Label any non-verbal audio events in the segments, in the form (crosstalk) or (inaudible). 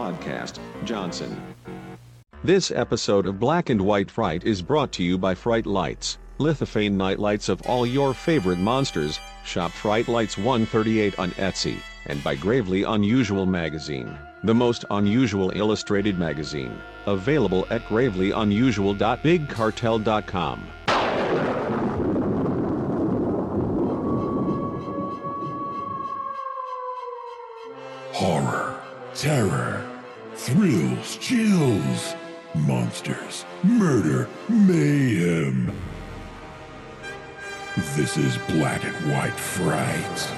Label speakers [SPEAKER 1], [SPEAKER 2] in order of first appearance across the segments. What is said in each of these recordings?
[SPEAKER 1] Podcast, Johnson. This episode of Black and White Fright is brought to you by Fright Lights, lithophane nightlights of all your favorite monsters. Shop Fright Lights 138 on Etsy, and by Gravely Unusual Magazine, the most unusual illustrated magazine. Available at gravelyunusual.bigcartel.com.
[SPEAKER 2] Horror, terror, thrills, chills, monsters, murder, mayhem. This is Black and White Fright.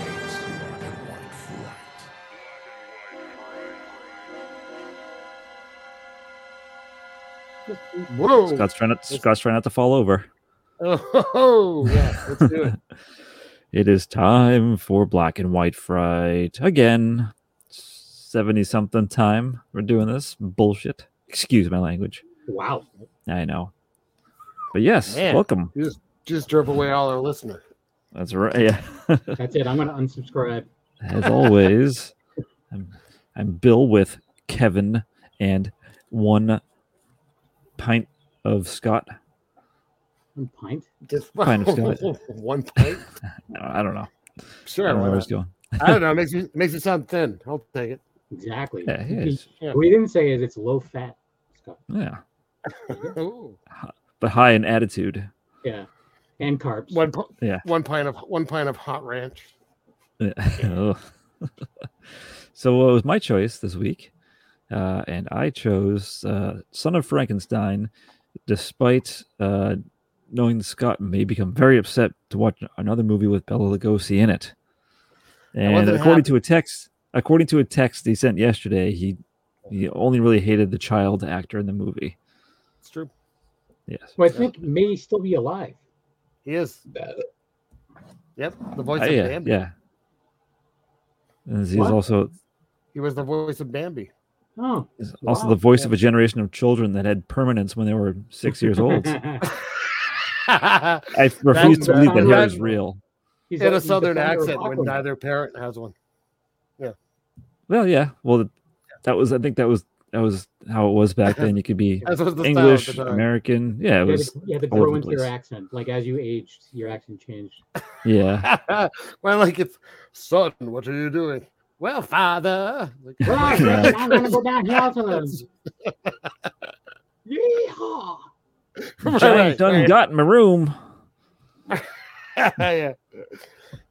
[SPEAKER 3] Whoa!
[SPEAKER 4] Scott's trying not, Scott's trying not to fall over.
[SPEAKER 3] (laughs) Oh, yeah. Let's do
[SPEAKER 4] (laughs)
[SPEAKER 3] it.
[SPEAKER 4] It is time for black and white fright again. Seventy something time we're doing this bullshit. Excuse my language.
[SPEAKER 3] wow.
[SPEAKER 4] I know, but yes,
[SPEAKER 3] Man.
[SPEAKER 4] welcome.
[SPEAKER 3] Just drove away all our listeners.
[SPEAKER 4] That's right. (laughs) Yeah,
[SPEAKER 5] That's it. I'm going to unsubscribe.
[SPEAKER 4] as always, I'm, I'm Bill with Kevin and one pint of Scott.
[SPEAKER 5] One pint.
[SPEAKER 3] Just
[SPEAKER 4] Kind of got
[SPEAKER 3] (laughs) one pint.
[SPEAKER 4] I don't know. I
[SPEAKER 3] Sure.
[SPEAKER 4] don't know
[SPEAKER 3] why
[SPEAKER 4] where
[SPEAKER 3] not?
[SPEAKER 4] it's going.
[SPEAKER 3] I don't know. Makes you makes it sound thin. I'll take it.
[SPEAKER 5] Exactly.
[SPEAKER 4] Yeah, it
[SPEAKER 5] We-
[SPEAKER 4] is.
[SPEAKER 3] Yeah.
[SPEAKER 5] What we didn't say is it's low fat stuff.
[SPEAKER 4] Yeah,
[SPEAKER 3] Ooh.
[SPEAKER 4] but high in attitude.
[SPEAKER 5] Yeah. And carbs.
[SPEAKER 3] One pi-
[SPEAKER 4] Yeah.
[SPEAKER 3] One pint of one pint of hot ranch.
[SPEAKER 4] Yeah. (laughs) Ugh. so uh, it was my choice this week, uh, and I chose uh, Son of Frankenstein, despite uh, knowing that Scott may become very upset to watch another movie with Bella Lugosi in it. And
[SPEAKER 3] wasn't
[SPEAKER 4] according to a text, according to a text he sent yesterday, he he only really hated the child actor in the movie.
[SPEAKER 3] It's true.
[SPEAKER 4] Yes,
[SPEAKER 5] Who I think may still be alive.
[SPEAKER 3] He is. Yep. The voice
[SPEAKER 4] Uh,
[SPEAKER 3] of
[SPEAKER 4] yeah,
[SPEAKER 3] Bambi.
[SPEAKER 4] yeah. And he's
[SPEAKER 5] What?
[SPEAKER 4] also
[SPEAKER 3] He was the voice of Bambi. (laughs)
[SPEAKER 5] Oh.
[SPEAKER 4] is also
[SPEAKER 5] Wow.
[SPEAKER 4] the voice of a generation of children that had permanence when they were six years
[SPEAKER 3] (laughs)
[SPEAKER 5] (laughs)
[SPEAKER 4] old. I refuse to believe that hair is
[SPEAKER 5] that-
[SPEAKER 4] real.
[SPEAKER 5] He's
[SPEAKER 3] In
[SPEAKER 5] the-
[SPEAKER 3] a
[SPEAKER 5] he's the
[SPEAKER 3] southern
[SPEAKER 5] founder of
[SPEAKER 3] accent when
[SPEAKER 5] Aquaman.
[SPEAKER 3] neither parent has one.
[SPEAKER 4] Well, yeah. Well, that was. I think that was that was how it was back then. You could be
[SPEAKER 3] As was the
[SPEAKER 4] English,
[SPEAKER 3] style at the time.
[SPEAKER 4] American. Yeah, it
[SPEAKER 5] You had
[SPEAKER 4] was.
[SPEAKER 3] (laughs)
[SPEAKER 5] to- you had to
[SPEAKER 4] all over
[SPEAKER 5] grow
[SPEAKER 4] the
[SPEAKER 5] into your
[SPEAKER 4] place.
[SPEAKER 5] accent. Like as you aged, your accent changed.
[SPEAKER 4] Yeah,
[SPEAKER 3] (laughs) well, like it's son, what are you doing? Well,
[SPEAKER 4] (laughs)
[SPEAKER 3] father. Like,
[SPEAKER 5] Well,
[SPEAKER 4] (laughs)
[SPEAKER 5] I
[SPEAKER 4] Yeah.
[SPEAKER 5] said I'm going to go down here to them. Yeehaw.
[SPEAKER 3] Right,
[SPEAKER 4] Johnny done
[SPEAKER 3] right.
[SPEAKER 4] got in my room.
[SPEAKER 3] (laughs) yeah.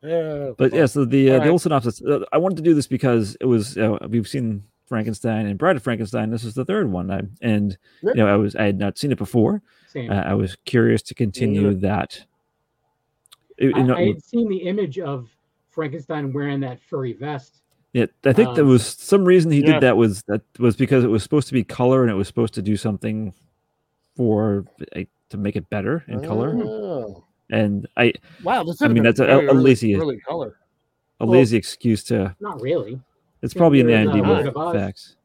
[SPEAKER 3] yeah.
[SPEAKER 4] But yeah, so the uh,
[SPEAKER 3] Alright.
[SPEAKER 4] the old synopsis. Uh, I wanted to do this because it was uh, we've seen Frankenstein and Bride of Frankenstein. This is the third one, I, and you know I was I had not seen it before.
[SPEAKER 5] Same.
[SPEAKER 4] Uh, I was curious to continue that. It- you know,
[SPEAKER 5] I, I had seen the image of Frankenstein wearing that furry vest.
[SPEAKER 4] Yeah, I think there
[SPEAKER 5] Um,
[SPEAKER 4] was some reason he
[SPEAKER 3] yeah.
[SPEAKER 4] did that was that was because it was supposed to be color and it was supposed to do something for like, to make it better in color.
[SPEAKER 3] Oh.
[SPEAKER 4] And I
[SPEAKER 3] Wow, this
[SPEAKER 4] I
[SPEAKER 3] would've been
[SPEAKER 4] mean, that's a-
[SPEAKER 3] very
[SPEAKER 4] a
[SPEAKER 3] early-
[SPEAKER 4] lazy-
[SPEAKER 3] early color.
[SPEAKER 4] a
[SPEAKER 5] Well-
[SPEAKER 4] lazy excuse to
[SPEAKER 5] Not really.
[SPEAKER 4] it's probably an
[SPEAKER 5] There's,
[SPEAKER 4] Andy
[SPEAKER 3] uh, Wizard
[SPEAKER 4] with
[SPEAKER 5] of Oz.
[SPEAKER 4] facts.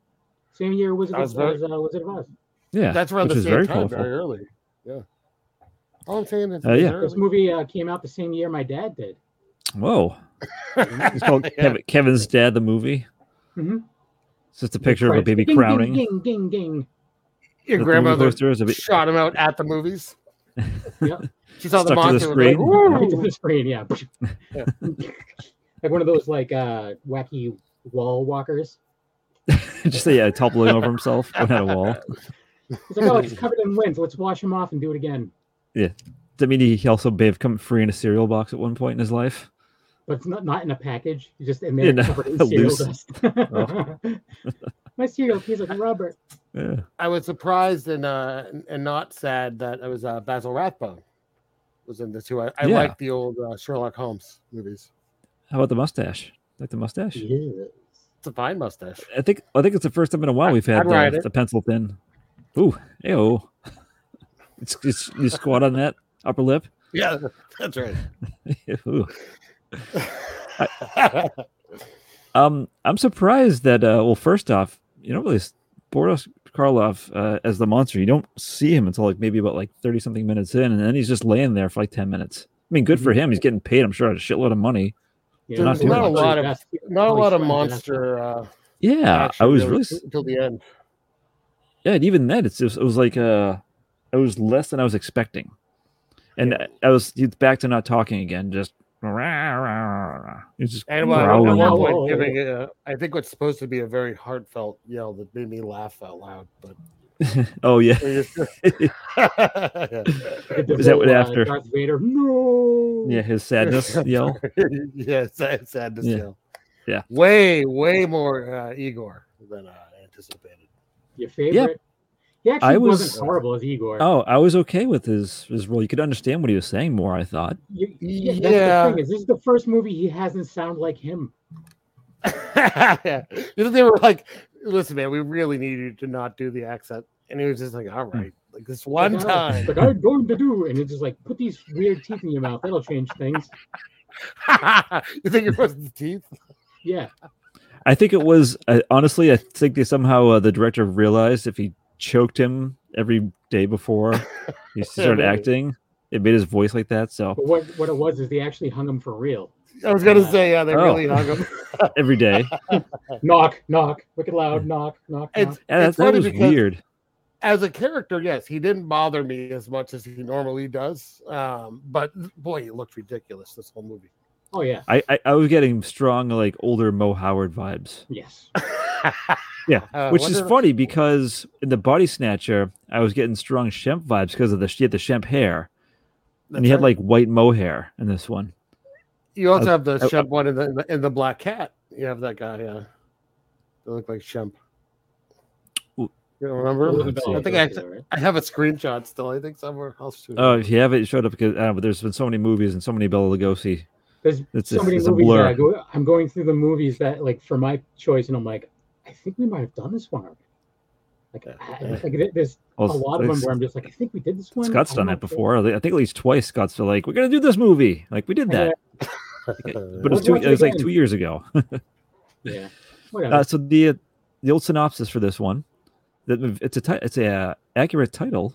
[SPEAKER 5] Same year Wizard,
[SPEAKER 3] I was
[SPEAKER 5] was,
[SPEAKER 3] very-
[SPEAKER 5] uh, Wizard of Oz.
[SPEAKER 4] Yeah,
[SPEAKER 3] That's around
[SPEAKER 4] which
[SPEAKER 3] the
[SPEAKER 4] is
[SPEAKER 3] same
[SPEAKER 4] very
[SPEAKER 3] time,
[SPEAKER 4] colorful.
[SPEAKER 3] very early. Yeah. All I'm saying is,
[SPEAKER 4] Uh,
[SPEAKER 3] it's
[SPEAKER 4] yeah.
[SPEAKER 5] This
[SPEAKER 3] early.
[SPEAKER 5] movie uh, came out the same year my dad did.
[SPEAKER 4] Whoa,
[SPEAKER 3] (laughs)
[SPEAKER 4] it's called
[SPEAKER 3] Yeah.
[SPEAKER 4] Kevin, Kevin's Dad the movie.
[SPEAKER 5] Mhm.
[SPEAKER 4] It's just a picture of a
[SPEAKER 5] Right.
[SPEAKER 4] baby
[SPEAKER 5] Ding,
[SPEAKER 4] crowning.
[SPEAKER 5] Ding, ding, ding, ding.
[SPEAKER 3] Your
[SPEAKER 4] that the movie
[SPEAKER 3] grandmother
[SPEAKER 4] poster is a bit-
[SPEAKER 3] shot him out at the
[SPEAKER 4] (laughs)
[SPEAKER 3] movies.
[SPEAKER 5] Yeah.
[SPEAKER 3] She saw the
[SPEAKER 4] Stuck to the
[SPEAKER 3] monster. and was like,
[SPEAKER 4] screen. (laughs)
[SPEAKER 5] Right to
[SPEAKER 3] "Woo!"
[SPEAKER 5] the screen, yeah. (laughs) like one of those like uh, wacky wall walkers.
[SPEAKER 4] (laughs) just yeah, toppling over himself on a wall.
[SPEAKER 5] It's like,
[SPEAKER 4] (laughs)
[SPEAKER 5] oh, it's covered in lint. Let's wash him off and do it again.
[SPEAKER 4] I mean, he also may have come free in a cereal box at one point in his life.
[SPEAKER 5] But it's not not in a package. It's just in
[SPEAKER 4] Yeah,
[SPEAKER 5] there
[SPEAKER 4] no, (laughs)
[SPEAKER 5] covered in cereal
[SPEAKER 4] loose.
[SPEAKER 5] dust.
[SPEAKER 4] (laughs)
[SPEAKER 5] (laughs) my cereal tastes like rubber.
[SPEAKER 4] Yeah.
[SPEAKER 3] I was surprised and uh, and not sad that it was uh, Basil Rathbone was in this. Who I, I
[SPEAKER 4] Yeah.
[SPEAKER 3] like the old uh, Sherlock Holmes movies.
[SPEAKER 4] How about the mustache? Like the mustache.
[SPEAKER 5] Yes.
[SPEAKER 3] It's a fine mustache.
[SPEAKER 4] I think I think it's the first time in a while we've
[SPEAKER 3] I'd
[SPEAKER 4] had uh,
[SPEAKER 3] ride
[SPEAKER 4] the,
[SPEAKER 3] it.
[SPEAKER 4] the pencil thin. Ooh, ew. (laughs) It's, it's you squat on that upper lip. (laughs)
[SPEAKER 3] Yeah, that's right.
[SPEAKER 4] Ooh.
[SPEAKER 3] (laughs)
[SPEAKER 4] Um, I'm surprised that. Uh, well, first off, you don't really s- Boris Karloff uh, as the monster. You don't see him until like maybe about like thirty something minutes in, and then he's just laying there for like ten minutes. I mean, good for
[SPEAKER 3] Mm-hmm.
[SPEAKER 4] him. He's getting paid. I'm sure a shitload of money.
[SPEAKER 5] Yeah,
[SPEAKER 3] There's
[SPEAKER 4] not
[SPEAKER 5] it's
[SPEAKER 4] not
[SPEAKER 3] a lot of-
[SPEAKER 5] dust.
[SPEAKER 3] Not a
[SPEAKER 5] Probably
[SPEAKER 3] lot of
[SPEAKER 5] sweating enough.
[SPEAKER 3] monster uh,
[SPEAKER 4] Yeah, I
[SPEAKER 3] Actually,
[SPEAKER 4] was
[SPEAKER 3] no,
[SPEAKER 4] really
[SPEAKER 3] t- till the end.
[SPEAKER 4] yeah, and even then, it's just, it was like uh, it was less than I was expecting, and I, I was it's back to not talking again, just it's just
[SPEAKER 3] And well, at one
[SPEAKER 4] growling.
[SPEAKER 5] Wow.
[SPEAKER 3] point, giving it a- I think what's supposed to be a very heartfelt yell that made me laugh out loud, but (laughs)
[SPEAKER 4] oh yeah, (laughs)
[SPEAKER 3] we just-
[SPEAKER 5] Did the
[SPEAKER 4] Is that what
[SPEAKER 5] whole, uh,
[SPEAKER 4] after-
[SPEAKER 5] Darth Vader? No.
[SPEAKER 4] yeah,
[SPEAKER 3] (laughs)
[SPEAKER 4] his sadness yell.
[SPEAKER 3] yeah, sad, sadness
[SPEAKER 4] Yeah.
[SPEAKER 3] yell.
[SPEAKER 4] Yeah.
[SPEAKER 3] way, way more uh, Igor than I anticipated. (laughs)
[SPEAKER 5] Your favorite. He actually
[SPEAKER 4] I was-
[SPEAKER 5] wasn't horrible as Igor.
[SPEAKER 4] Oh, I was okay with his his role. You could understand what he was saying more. I thought.
[SPEAKER 5] You-
[SPEAKER 3] Yeah.
[SPEAKER 5] yeah, that's the thing is this is the first movie he hasn't sound like him.
[SPEAKER 3] You know, they were like, "Listen, man, we really need you to not do the accent," and he was just like, "All
[SPEAKER 4] Hmm.
[SPEAKER 3] right, like this one
[SPEAKER 5] Like, oh,
[SPEAKER 3] time."
[SPEAKER 5] Like I'm going to do, and it's just like put these weird teeth in your mouth. That'll change things.
[SPEAKER 3] (laughs) you think it was the teeth?
[SPEAKER 5] Yeah.
[SPEAKER 4] I think it was uh, honestly. I think they somehow uh, the director realized if he choked him every day before
[SPEAKER 3] (laughs)
[SPEAKER 4] he started
[SPEAKER 3] maybe.
[SPEAKER 4] acting, it made his voice like
[SPEAKER 3] (laughs)
[SPEAKER 4] that. So
[SPEAKER 5] But what what it was is they actually hung him for real.
[SPEAKER 3] I was gonna
[SPEAKER 5] Uh,
[SPEAKER 3] say, yeah, they
[SPEAKER 4] oh.
[SPEAKER 3] really hung him.
[SPEAKER 4] every day, yeah,
[SPEAKER 5] Knock, knock, wicked loud, knock, knock,
[SPEAKER 3] It's,
[SPEAKER 5] knock.
[SPEAKER 4] that,
[SPEAKER 3] it's
[SPEAKER 4] that
[SPEAKER 3] funny
[SPEAKER 4] was
[SPEAKER 3] because
[SPEAKER 4] weird.
[SPEAKER 3] as a character, yes, he didn't bother me as much as he normally does. Um, but boy, he looked ridiculous this whole movie.
[SPEAKER 5] Oh yeah.
[SPEAKER 4] I, I I was getting strong like older Mo Howard vibes.
[SPEAKER 5] Yes.
[SPEAKER 4] (laughs) Yeah,
[SPEAKER 3] Uh,
[SPEAKER 4] which
[SPEAKER 3] what
[SPEAKER 4] is
[SPEAKER 3] did-
[SPEAKER 4] funny because in the Body Snatcher, I was getting strong Shemp vibes because of the she had the Shemp hair, and he
[SPEAKER 3] That's
[SPEAKER 4] had like white mohair in this one.
[SPEAKER 3] You also
[SPEAKER 4] Uh,
[SPEAKER 3] have the
[SPEAKER 4] uh,
[SPEAKER 3] Shemp one in the, in the in the Black Cat. You have that guy. Yeah, they look like Shemp.
[SPEAKER 4] Ooh.
[SPEAKER 3] You don't remember?
[SPEAKER 4] Ooh, let's see.
[SPEAKER 3] I think I, I have a screenshot still. I think somewhere else. Too.
[SPEAKER 4] Oh, if you have it, it showed up because uh, but there's been so many movies and so many Bela Lugosi.
[SPEAKER 5] There's
[SPEAKER 4] It's
[SPEAKER 5] so
[SPEAKER 4] a-
[SPEAKER 5] many
[SPEAKER 4] it's a
[SPEAKER 5] movies
[SPEAKER 4] blur.
[SPEAKER 5] that I go, I'm going through the movies that like for my choice, and I'm like, I think we might have done this one already. Like, I- I, like there- there's a
[SPEAKER 4] Well,
[SPEAKER 5] lot of them
[SPEAKER 4] it's-
[SPEAKER 5] where I'm just like, I think we did this one.
[SPEAKER 4] Scott's
[SPEAKER 5] I'm
[SPEAKER 4] done
[SPEAKER 5] not
[SPEAKER 4] it
[SPEAKER 5] sure.
[SPEAKER 4] before. I think at least twice. Scott's been like, "We're gonna do this movie." Like we did
[SPEAKER 5] Yeah.
[SPEAKER 4] that, but it was
[SPEAKER 5] Let's
[SPEAKER 4] two.
[SPEAKER 5] watch
[SPEAKER 4] It
[SPEAKER 5] it
[SPEAKER 4] was like
[SPEAKER 5] again.
[SPEAKER 4] two years ago.
[SPEAKER 5] Yeah. Whatever.
[SPEAKER 4] Uh, so the uh, the old synopsis for this one, that it's a ti- it's a uh, accurate title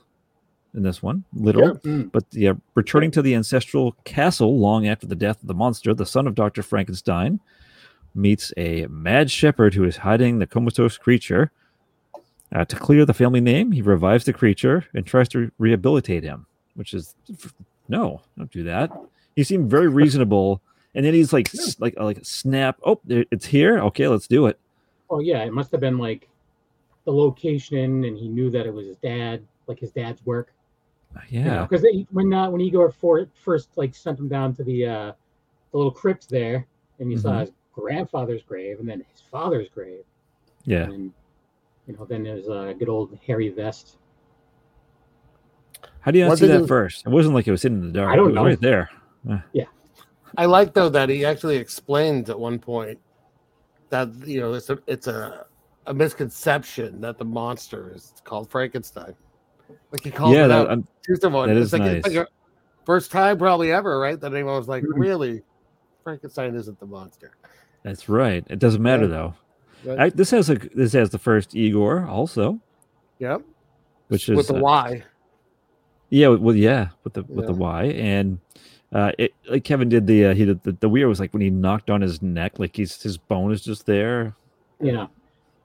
[SPEAKER 4] in this one, literal.
[SPEAKER 5] Mm.
[SPEAKER 4] But yeah, returning to the ancestral castle long after the death of the monster, the son of Dr. Frankenstein meets a mad shepherd who is hiding the comatose creature. Uh, to clear the family name, he revives the creature and tries to rehabilitate him, which is no, don't do that. He
[SPEAKER 3] (laughs)
[SPEAKER 4] seemed very reasonable, and then he's like, s- like, like snap. Oh, there- it's here. Okay, let's do it.
[SPEAKER 5] Oh yeah, it must have been like the location, and he knew that it was his dad, like his dad's work.
[SPEAKER 4] Yeah,
[SPEAKER 5] Because when uh, when Igor for, first like sent him down to the uh, the little crypt there, and he saw
[SPEAKER 4] Mhm.
[SPEAKER 5] his grandfather's grave, and then his father's grave,
[SPEAKER 4] yeah.
[SPEAKER 5] and then, you know, then there's a good old hairy vest.
[SPEAKER 4] How do you not
[SPEAKER 3] What
[SPEAKER 4] see
[SPEAKER 3] did
[SPEAKER 4] that
[SPEAKER 3] it-
[SPEAKER 4] first? It wasn't like it was hidden in the dark.
[SPEAKER 5] I
[SPEAKER 4] it
[SPEAKER 5] don't
[SPEAKER 4] was
[SPEAKER 5] know.
[SPEAKER 4] Right there.
[SPEAKER 3] I like though that he actually explains at one point that you know it's a it's a, a misconception that the monster is called Frankenstein. Like he calls
[SPEAKER 4] yeah,
[SPEAKER 3] it
[SPEAKER 4] that,
[SPEAKER 3] out.
[SPEAKER 4] I'm-
[SPEAKER 3] Here's the one.
[SPEAKER 4] that
[SPEAKER 3] it's
[SPEAKER 4] is
[SPEAKER 3] like, it's like
[SPEAKER 4] nice.
[SPEAKER 3] a first time probably ever, right? That anyone was like,
[SPEAKER 5] Mhm.
[SPEAKER 4] Mm-hmm.
[SPEAKER 3] really, Frankenstein isn't the monster.
[SPEAKER 4] that's right. It doesn't matter
[SPEAKER 3] Yeah.
[SPEAKER 4] though.
[SPEAKER 3] That-
[SPEAKER 4] I, this has a this has the first Igor also,
[SPEAKER 3] Yep.
[SPEAKER 4] which
[SPEAKER 3] with
[SPEAKER 4] is
[SPEAKER 3] the
[SPEAKER 4] uh,
[SPEAKER 3] Y.
[SPEAKER 4] yeah, well, yeah, with the with the
[SPEAKER 3] Yeah.
[SPEAKER 4] Y and uh, it like Kevin did the uh, he did the, the weird was like when he knocked on his neck, like he's his bone is just there.
[SPEAKER 5] Yeah,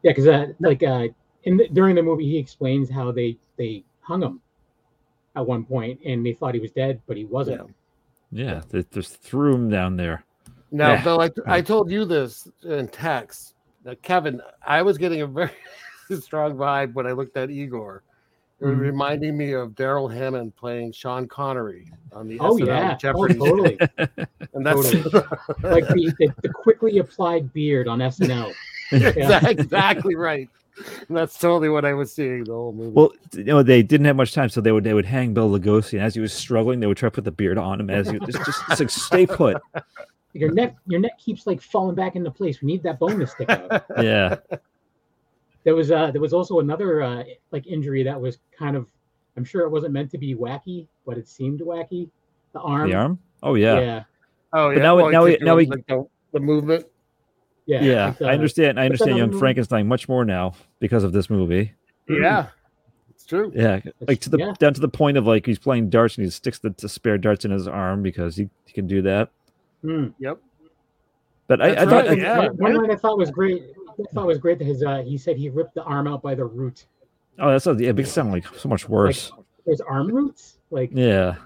[SPEAKER 5] yeah, because uh, like uh, in the, during the movie, he explains how they they hung him at one point, and they thought he was dead, but he wasn't.
[SPEAKER 4] Yeah, they just threw him down there.
[SPEAKER 3] Now,
[SPEAKER 4] Yeah.
[SPEAKER 3] though, I, I told you this in text, Now, Kevin. I was getting a very (laughs) strong vibe when I looked at Igor. It was
[SPEAKER 4] Mm-hmm.
[SPEAKER 5] Mhm.
[SPEAKER 3] reminding me of Daryl Hammond playing Sean Connery on the
[SPEAKER 5] Oh
[SPEAKER 4] um,
[SPEAKER 3] SNL
[SPEAKER 5] yeah, oh,
[SPEAKER 3] Jeopardy,
[SPEAKER 5] totally.
[SPEAKER 3] (laughs) and that's (laughs)
[SPEAKER 5] totally. like the, the, the quickly applied beard
[SPEAKER 4] (laughs)
[SPEAKER 5] on SNL. Yeah.
[SPEAKER 3] exactly right. And that's totally what I was seeing the whole movie.
[SPEAKER 4] Well, you know they didn't have much time, so they would they would hang Bill Lugosi, and as he was struggling, they would try to put the beard on him. As he just, just it's like
[SPEAKER 3] (laughs)
[SPEAKER 4] stay put.
[SPEAKER 5] Your neck, your neck keeps like falling back into place. We need that bone to stick out.
[SPEAKER 4] (laughs) Yeah.
[SPEAKER 5] There was uh, there was also another uh, like injury that was kind of, I'm sure it wasn't meant to be wacky, but it seemed wacky. The arm.
[SPEAKER 4] The arm? Oh yeah. Yeah.
[SPEAKER 3] oh
[SPEAKER 4] but now it-
[SPEAKER 3] he
[SPEAKER 4] now
[SPEAKER 3] could
[SPEAKER 4] it-
[SPEAKER 3] do
[SPEAKER 4] now
[SPEAKER 3] it,
[SPEAKER 4] he-
[SPEAKER 3] like, the, the movement.
[SPEAKER 5] yeah, like, uh,
[SPEAKER 4] I understand. I
[SPEAKER 5] but then
[SPEAKER 4] understand
[SPEAKER 5] on
[SPEAKER 4] you on
[SPEAKER 5] the-
[SPEAKER 4] Frankenstein much more now because of this movie.
[SPEAKER 3] Yeah, it's true.
[SPEAKER 4] Yeah. Like to the
[SPEAKER 5] yeah.
[SPEAKER 4] down to the point of like he's playing darts and he sticks the, the spare darts in his arm because he, he can do that.
[SPEAKER 5] mm.
[SPEAKER 3] Yep.
[SPEAKER 4] But I,
[SPEAKER 3] That's
[SPEAKER 4] I
[SPEAKER 3] right,
[SPEAKER 4] thought I-
[SPEAKER 3] yeah.
[SPEAKER 5] One- One line I thought was great I thought was great that his uh, he said he ripped the arm out by the root.
[SPEAKER 4] Oh, that's not, yeah, it makes it sound like so much worse.
[SPEAKER 5] There's arm roots. Like
[SPEAKER 4] Yeah.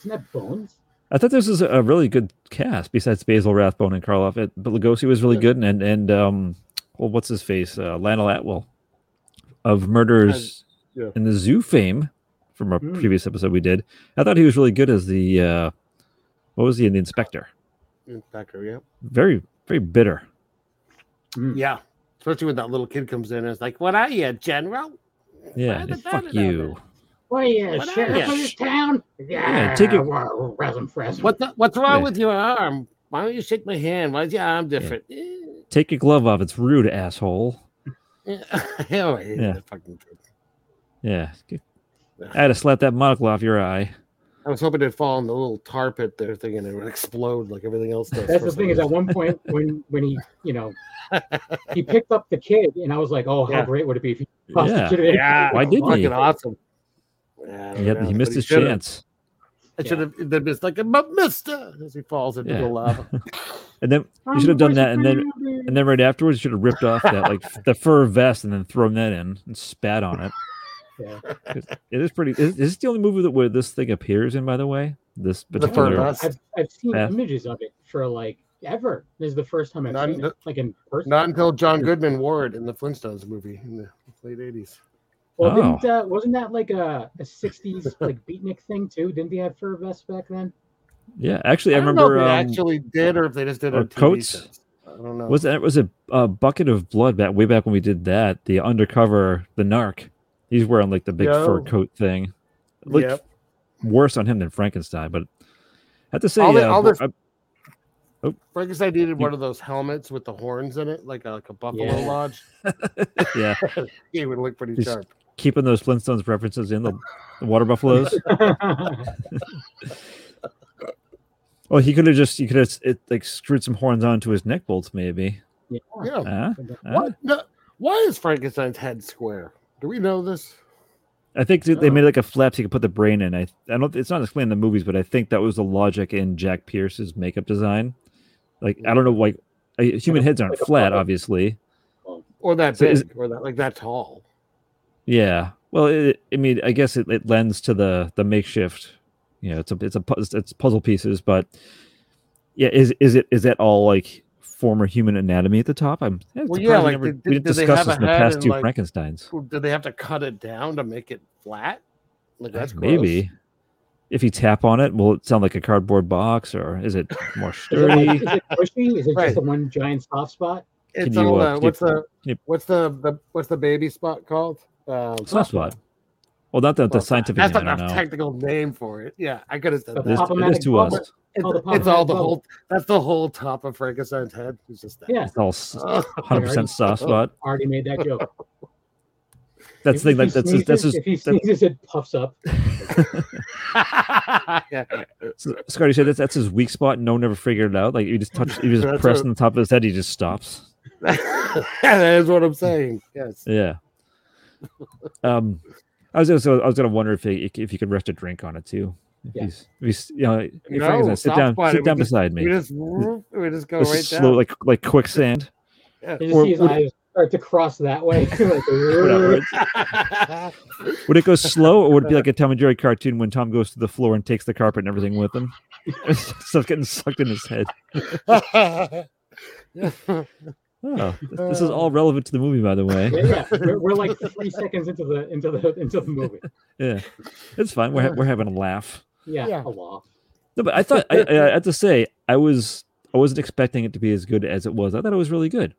[SPEAKER 5] isn't that bones?
[SPEAKER 4] I thought this was a really good cast besides Basil Rathbone and Karloff. It, but Lugosi was really good, and and, and um, well, what's his face? Uh, Lionel Atwell of Murders
[SPEAKER 6] Yeah.
[SPEAKER 4] in the Zoo fame from a
[SPEAKER 5] Mm.
[SPEAKER 4] previous episode we did. I thought he was really good as the uh, what was he in the Inspector?
[SPEAKER 3] Inspector, yeah.
[SPEAKER 4] Very very bitter.
[SPEAKER 3] Yeah. Especially when that little kid comes in and is like, What are you, General?
[SPEAKER 4] Yeah,
[SPEAKER 3] the
[SPEAKER 4] fuck
[SPEAKER 3] bad
[SPEAKER 4] you.
[SPEAKER 5] What are you,
[SPEAKER 3] What are
[SPEAKER 5] sheriff
[SPEAKER 3] you?
[SPEAKER 5] of this town? Yeah,
[SPEAKER 4] take it-
[SPEAKER 5] Well, Razzle frazzle.
[SPEAKER 3] What's what's wrong
[SPEAKER 4] Yeah.
[SPEAKER 3] with your arm? Why don't you shake my hand? Why is your arm different? Eh,
[SPEAKER 4] Take your glove off. It's rude, asshole.
[SPEAKER 3] eh. (laughs) I always hate
[SPEAKER 4] Yeah.
[SPEAKER 3] that fucking kid.
[SPEAKER 4] Yeah, I'd have slapped that monocle off your eye.
[SPEAKER 3] I was hoping it'd fall in the little tar pit there thing and it would explode like everything else does.
[SPEAKER 5] That's the
[SPEAKER 3] First
[SPEAKER 5] thing
[SPEAKER 3] thing
[SPEAKER 5] is at one point when when he you
[SPEAKER 3] (laughs)
[SPEAKER 5] know he picked up the kid and I was like, oh, how
[SPEAKER 3] Yeah.
[SPEAKER 5] great would it be if he
[SPEAKER 4] Yeah,
[SPEAKER 5] prostituted it?
[SPEAKER 3] Yeah,
[SPEAKER 4] Why didn't
[SPEAKER 3] fucking
[SPEAKER 4] he?
[SPEAKER 3] awesome. Yeah, I don't
[SPEAKER 4] yeah,
[SPEAKER 3] know,
[SPEAKER 4] he
[SPEAKER 3] but
[SPEAKER 4] missed his
[SPEAKER 3] should've.
[SPEAKER 4] chance.
[SPEAKER 3] It should have been just like, but Mister, as he falls into
[SPEAKER 4] Yeah.
[SPEAKER 3] the lava.
[SPEAKER 4] (laughs) And then You should have done that and then- and then right afterwards you should have ripped off that like the fur vest and then thrown that in and spat
[SPEAKER 3] (laughs)
[SPEAKER 4] on it.
[SPEAKER 5] Yeah.
[SPEAKER 4] It is pretty. Is, is this the only movie that where this thing appears in? By the way, this
[SPEAKER 3] the
[SPEAKER 4] particular.
[SPEAKER 3] fur vest.
[SPEAKER 5] I've I've seen
[SPEAKER 4] Yeah.
[SPEAKER 5] images of it for like ever. This is the first time I've
[SPEAKER 3] Not-
[SPEAKER 5] seen it, like in person.
[SPEAKER 3] Not until John Goodman wore it in the Flintstones movie in the late eighties.
[SPEAKER 5] well,
[SPEAKER 4] Oh.
[SPEAKER 5] didn't, uh, wasn't that like a, a '60s like beatnik thing too? Didn't they have fur vests back
[SPEAKER 4] (laughs)
[SPEAKER 5] then?
[SPEAKER 4] Yeah, actually, I,
[SPEAKER 3] don't
[SPEAKER 4] remember.
[SPEAKER 3] know if they
[SPEAKER 4] um,
[SPEAKER 3] actually did or if they just did
[SPEAKER 4] or
[SPEAKER 3] on TV
[SPEAKER 4] coats?
[SPEAKER 3] sets. I don't know.
[SPEAKER 4] was that was a, a bucket of blood back way back when we did that? The undercover, the narc. He's wearing like the big fur
[SPEAKER 3] Yo.
[SPEAKER 4] coat thing. It looked
[SPEAKER 3] Yep.
[SPEAKER 4] worse on him than Frankenstein, but I have to say,
[SPEAKER 3] All the-
[SPEAKER 4] uh,
[SPEAKER 3] all the-
[SPEAKER 4] I-
[SPEAKER 3] Frankenstein needed one of those helmets with the horns in it, like a, like a buffalo
[SPEAKER 5] Yeah.
[SPEAKER 3] lodge.
[SPEAKER 4] (laughs) yeah,
[SPEAKER 3] (laughs) He would look pretty
[SPEAKER 4] He's-
[SPEAKER 3] sharp.
[SPEAKER 4] keeping those Flintstones references in the, the water buffaloes. Oh, he could have just you could have it, like screwed some horns onto his neck bolts, maybe.
[SPEAKER 5] yeah.
[SPEAKER 4] (laughs)
[SPEAKER 3] Yeah.
[SPEAKER 4] Huh? Huh?
[SPEAKER 3] What? No, why is Frankenstein's head square? Do we know this?
[SPEAKER 4] I think th- they
[SPEAKER 5] Oh.
[SPEAKER 4] made like a flap so you could put the brain in. I I don't. It's not explained in the movies, but I think that was the logic in Jack Pierce's makeup design. Like I don't know, like uh, human heads aren't
[SPEAKER 5] like a
[SPEAKER 4] flat,
[SPEAKER 5] puppet.
[SPEAKER 4] obviously.
[SPEAKER 3] Or that
[SPEAKER 4] So
[SPEAKER 3] big,
[SPEAKER 4] is-
[SPEAKER 3] or that like that tall?
[SPEAKER 4] Yeah. Well, it, I mean, I guess it, it lends to the the makeshift. You know, it's a it's a pu- it's puzzle pieces, but yeah, is is it is that all like former human anatomy at the top? I'm yeah,
[SPEAKER 3] Well, yeah,
[SPEAKER 4] surprised we
[SPEAKER 3] like,
[SPEAKER 4] never-
[SPEAKER 3] did-
[SPEAKER 4] we didn't
[SPEAKER 3] did they
[SPEAKER 4] discuss
[SPEAKER 3] have
[SPEAKER 4] this
[SPEAKER 3] a
[SPEAKER 4] in the
[SPEAKER 3] head
[SPEAKER 4] past
[SPEAKER 3] and,
[SPEAKER 4] two
[SPEAKER 3] like,
[SPEAKER 4] Frankenstein's.
[SPEAKER 3] Well, Did they have to cut it down to make it flat? Like that's gross.
[SPEAKER 4] Uh, maybe if you tap on it will it sound like a cardboard box or is it
[SPEAKER 3] (laughs)
[SPEAKER 4] more
[SPEAKER 5] Is it, like,
[SPEAKER 4] sturdy
[SPEAKER 5] is it bushy? Is it
[SPEAKER 3] Right.
[SPEAKER 5] just the one giant soft spot?
[SPEAKER 3] It's
[SPEAKER 4] you,
[SPEAKER 3] all
[SPEAKER 4] uh,
[SPEAKER 3] uh,
[SPEAKER 4] can
[SPEAKER 3] what's
[SPEAKER 4] you-
[SPEAKER 3] the
[SPEAKER 4] can you-
[SPEAKER 3] what's the, the what's the baby spot called? Um,
[SPEAKER 4] soft spot well not that the
[SPEAKER 3] well,
[SPEAKER 4] scientific
[SPEAKER 3] That's
[SPEAKER 4] name,
[SPEAKER 3] not
[SPEAKER 4] i
[SPEAKER 3] a
[SPEAKER 4] don't know
[SPEAKER 3] technical name for it. Yeah, I could have said
[SPEAKER 5] But
[SPEAKER 4] it is,
[SPEAKER 3] that.
[SPEAKER 5] Papa
[SPEAKER 4] it is
[SPEAKER 5] Matic
[SPEAKER 4] to
[SPEAKER 5] bubble.
[SPEAKER 4] us
[SPEAKER 3] It's,
[SPEAKER 5] Oh,
[SPEAKER 3] it's
[SPEAKER 5] the
[SPEAKER 3] all
[SPEAKER 5] pomegranate
[SPEAKER 3] the
[SPEAKER 5] bubble.
[SPEAKER 3] whole. That's the whole top of Frankenstein's head. It's just that.
[SPEAKER 5] Yeah.
[SPEAKER 4] it's all s-
[SPEAKER 3] Oh,
[SPEAKER 4] 100% soft spot
[SPEAKER 5] Already made that joke.
[SPEAKER 4] that's the thing
[SPEAKER 5] If
[SPEAKER 4] like
[SPEAKER 5] he
[SPEAKER 4] that's just, that's
[SPEAKER 5] sneezes-
[SPEAKER 4] just
[SPEAKER 5] if he sneezes, it puffs up.
[SPEAKER 3] (laughs) yeah. (laughs)
[SPEAKER 4] S- scotty said that's, that's his weak spot no one ever figured it out like you just touch you just
[SPEAKER 3] That's
[SPEAKER 4] press
[SPEAKER 3] what-
[SPEAKER 4] on the top of his head he just stops
[SPEAKER 3] that is what I'm saying. Yes.
[SPEAKER 4] yeah um i was also i was gonna wonder if he, if you could rest a drink on it too if
[SPEAKER 5] Yeah.
[SPEAKER 4] he's if he's you know if
[SPEAKER 3] No,
[SPEAKER 4] Frankenstein, sit
[SPEAKER 3] soft
[SPEAKER 4] down
[SPEAKER 3] spot, it
[SPEAKER 4] sit
[SPEAKER 3] would
[SPEAKER 4] down
[SPEAKER 3] just-
[SPEAKER 4] beside me
[SPEAKER 3] We just we just go
[SPEAKER 4] Just
[SPEAKER 3] right
[SPEAKER 4] slow like like quicksand
[SPEAKER 5] You just
[SPEAKER 4] Or
[SPEAKER 5] see his
[SPEAKER 4] would-
[SPEAKER 5] eyes start to cross that way.
[SPEAKER 4] (laughs)
[SPEAKER 5] Like,
[SPEAKER 4] Whatever.
[SPEAKER 3] down.
[SPEAKER 4] Would it go slow, or would it be like a Tom and Jerry cartoon when Tom goes to the floor and takes the carpet and everything with him? (laughs) Stuff getting sucked in his head.
[SPEAKER 3] (laughs)
[SPEAKER 4] Oh, this, this
[SPEAKER 3] Uh.
[SPEAKER 4] is all relevant to the movie, by the way.
[SPEAKER 5] yeah, yeah. We're, we're like three seconds into the into the into the movie.
[SPEAKER 4] Yeah, it's fine. We're ha- we're having a laugh.
[SPEAKER 5] Yeah,
[SPEAKER 3] Yeah.
[SPEAKER 5] a lot.
[SPEAKER 4] No, but I thought I, I, I have to say I was I wasn't expecting it to be as good as it was. I thought it was really good.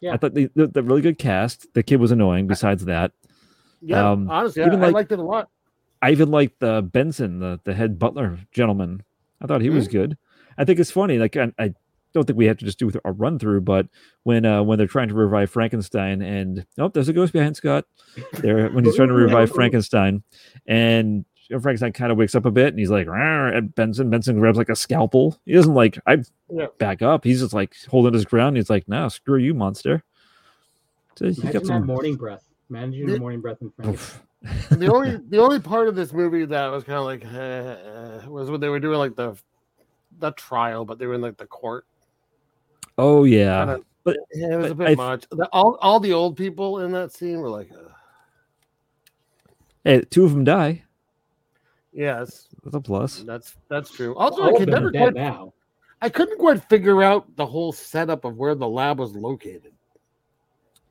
[SPEAKER 5] Yeah.
[SPEAKER 4] I thought the the, the really good cast. The kid was annoying. Besides that,
[SPEAKER 3] yeah,
[SPEAKER 4] Um,
[SPEAKER 3] honestly, I,
[SPEAKER 4] even
[SPEAKER 3] I
[SPEAKER 4] like-
[SPEAKER 3] liked it a lot.
[SPEAKER 4] I even liked the Benson, the, the head butler gentleman. I thought he was good. I think it's funny. Like I, I don't think we have to just do a run through, but when uh, when they're trying to revive Frankenstein, and oh, there's a ghost behind Scott. There, when he's trying to revive Frankenstein, and you know, Frankenstein kind of wakes up a bit, and he's like, "Rawr," at Benson. Benson grabs like a scalpel. He doesn't like I
[SPEAKER 3] Yeah.
[SPEAKER 4] back up. He's just like holding his ground. He's like, "No, screw you, monster." So he got
[SPEAKER 5] Imagine that
[SPEAKER 4] some.
[SPEAKER 5] morning breath. Managing the morning breath in front
[SPEAKER 4] Oof.
[SPEAKER 3] The only the only part of this movie that was kind of like eh, eh, was when they were doing like the the trial, but they were in like the court.
[SPEAKER 4] Oh yeah,
[SPEAKER 3] Kinda-
[SPEAKER 4] But-
[SPEAKER 3] yeah, it was a
[SPEAKER 4] but
[SPEAKER 3] bit
[SPEAKER 4] I-
[SPEAKER 3] much. The- all, all the old people in that scene were like, eh. "Ugh."
[SPEAKER 4] Hey, two of them die.
[SPEAKER 3] yes,
[SPEAKER 4] That's a plus.
[SPEAKER 3] that's that's true. Also, I
[SPEAKER 5] All of
[SPEAKER 3] could
[SPEAKER 5] them
[SPEAKER 3] never
[SPEAKER 5] are dead
[SPEAKER 3] quite,
[SPEAKER 5] now.
[SPEAKER 3] I couldn't quite figure out the whole setup of where the lab was located.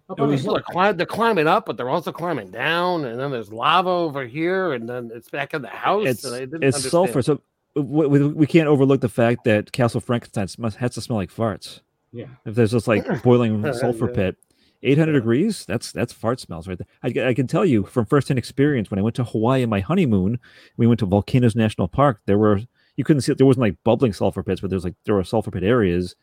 [SPEAKER 5] Up
[SPEAKER 4] It
[SPEAKER 5] on the
[SPEAKER 4] was
[SPEAKER 5] hill.
[SPEAKER 3] They're, climb, they're climbing up, but they're also climbing down, and then there's lava over here, and then it's back in the house.
[SPEAKER 4] It's
[SPEAKER 3] and I didn't
[SPEAKER 4] it's
[SPEAKER 3] understand.
[SPEAKER 4] sulfur. So uh, we, we, we can't overlook the fact that Castle Frankenstein sm- has to smell like farts.
[SPEAKER 5] Yeah.
[SPEAKER 4] If there's
[SPEAKER 3] (laughs)
[SPEAKER 4] this like boiling sulfur
[SPEAKER 3] Yeah.
[SPEAKER 4] pit, 800
[SPEAKER 3] Yeah.
[SPEAKER 4] degrees, that's that's fart smells right there. I, ca- I can tell you from firsthand experience when I went to Hawaii on my honeymoon, we went to Volcanoes National Park. There were you couldn't see it. There wasn't like bubbling sulfur pits, but there was like there were sulfur pit areas,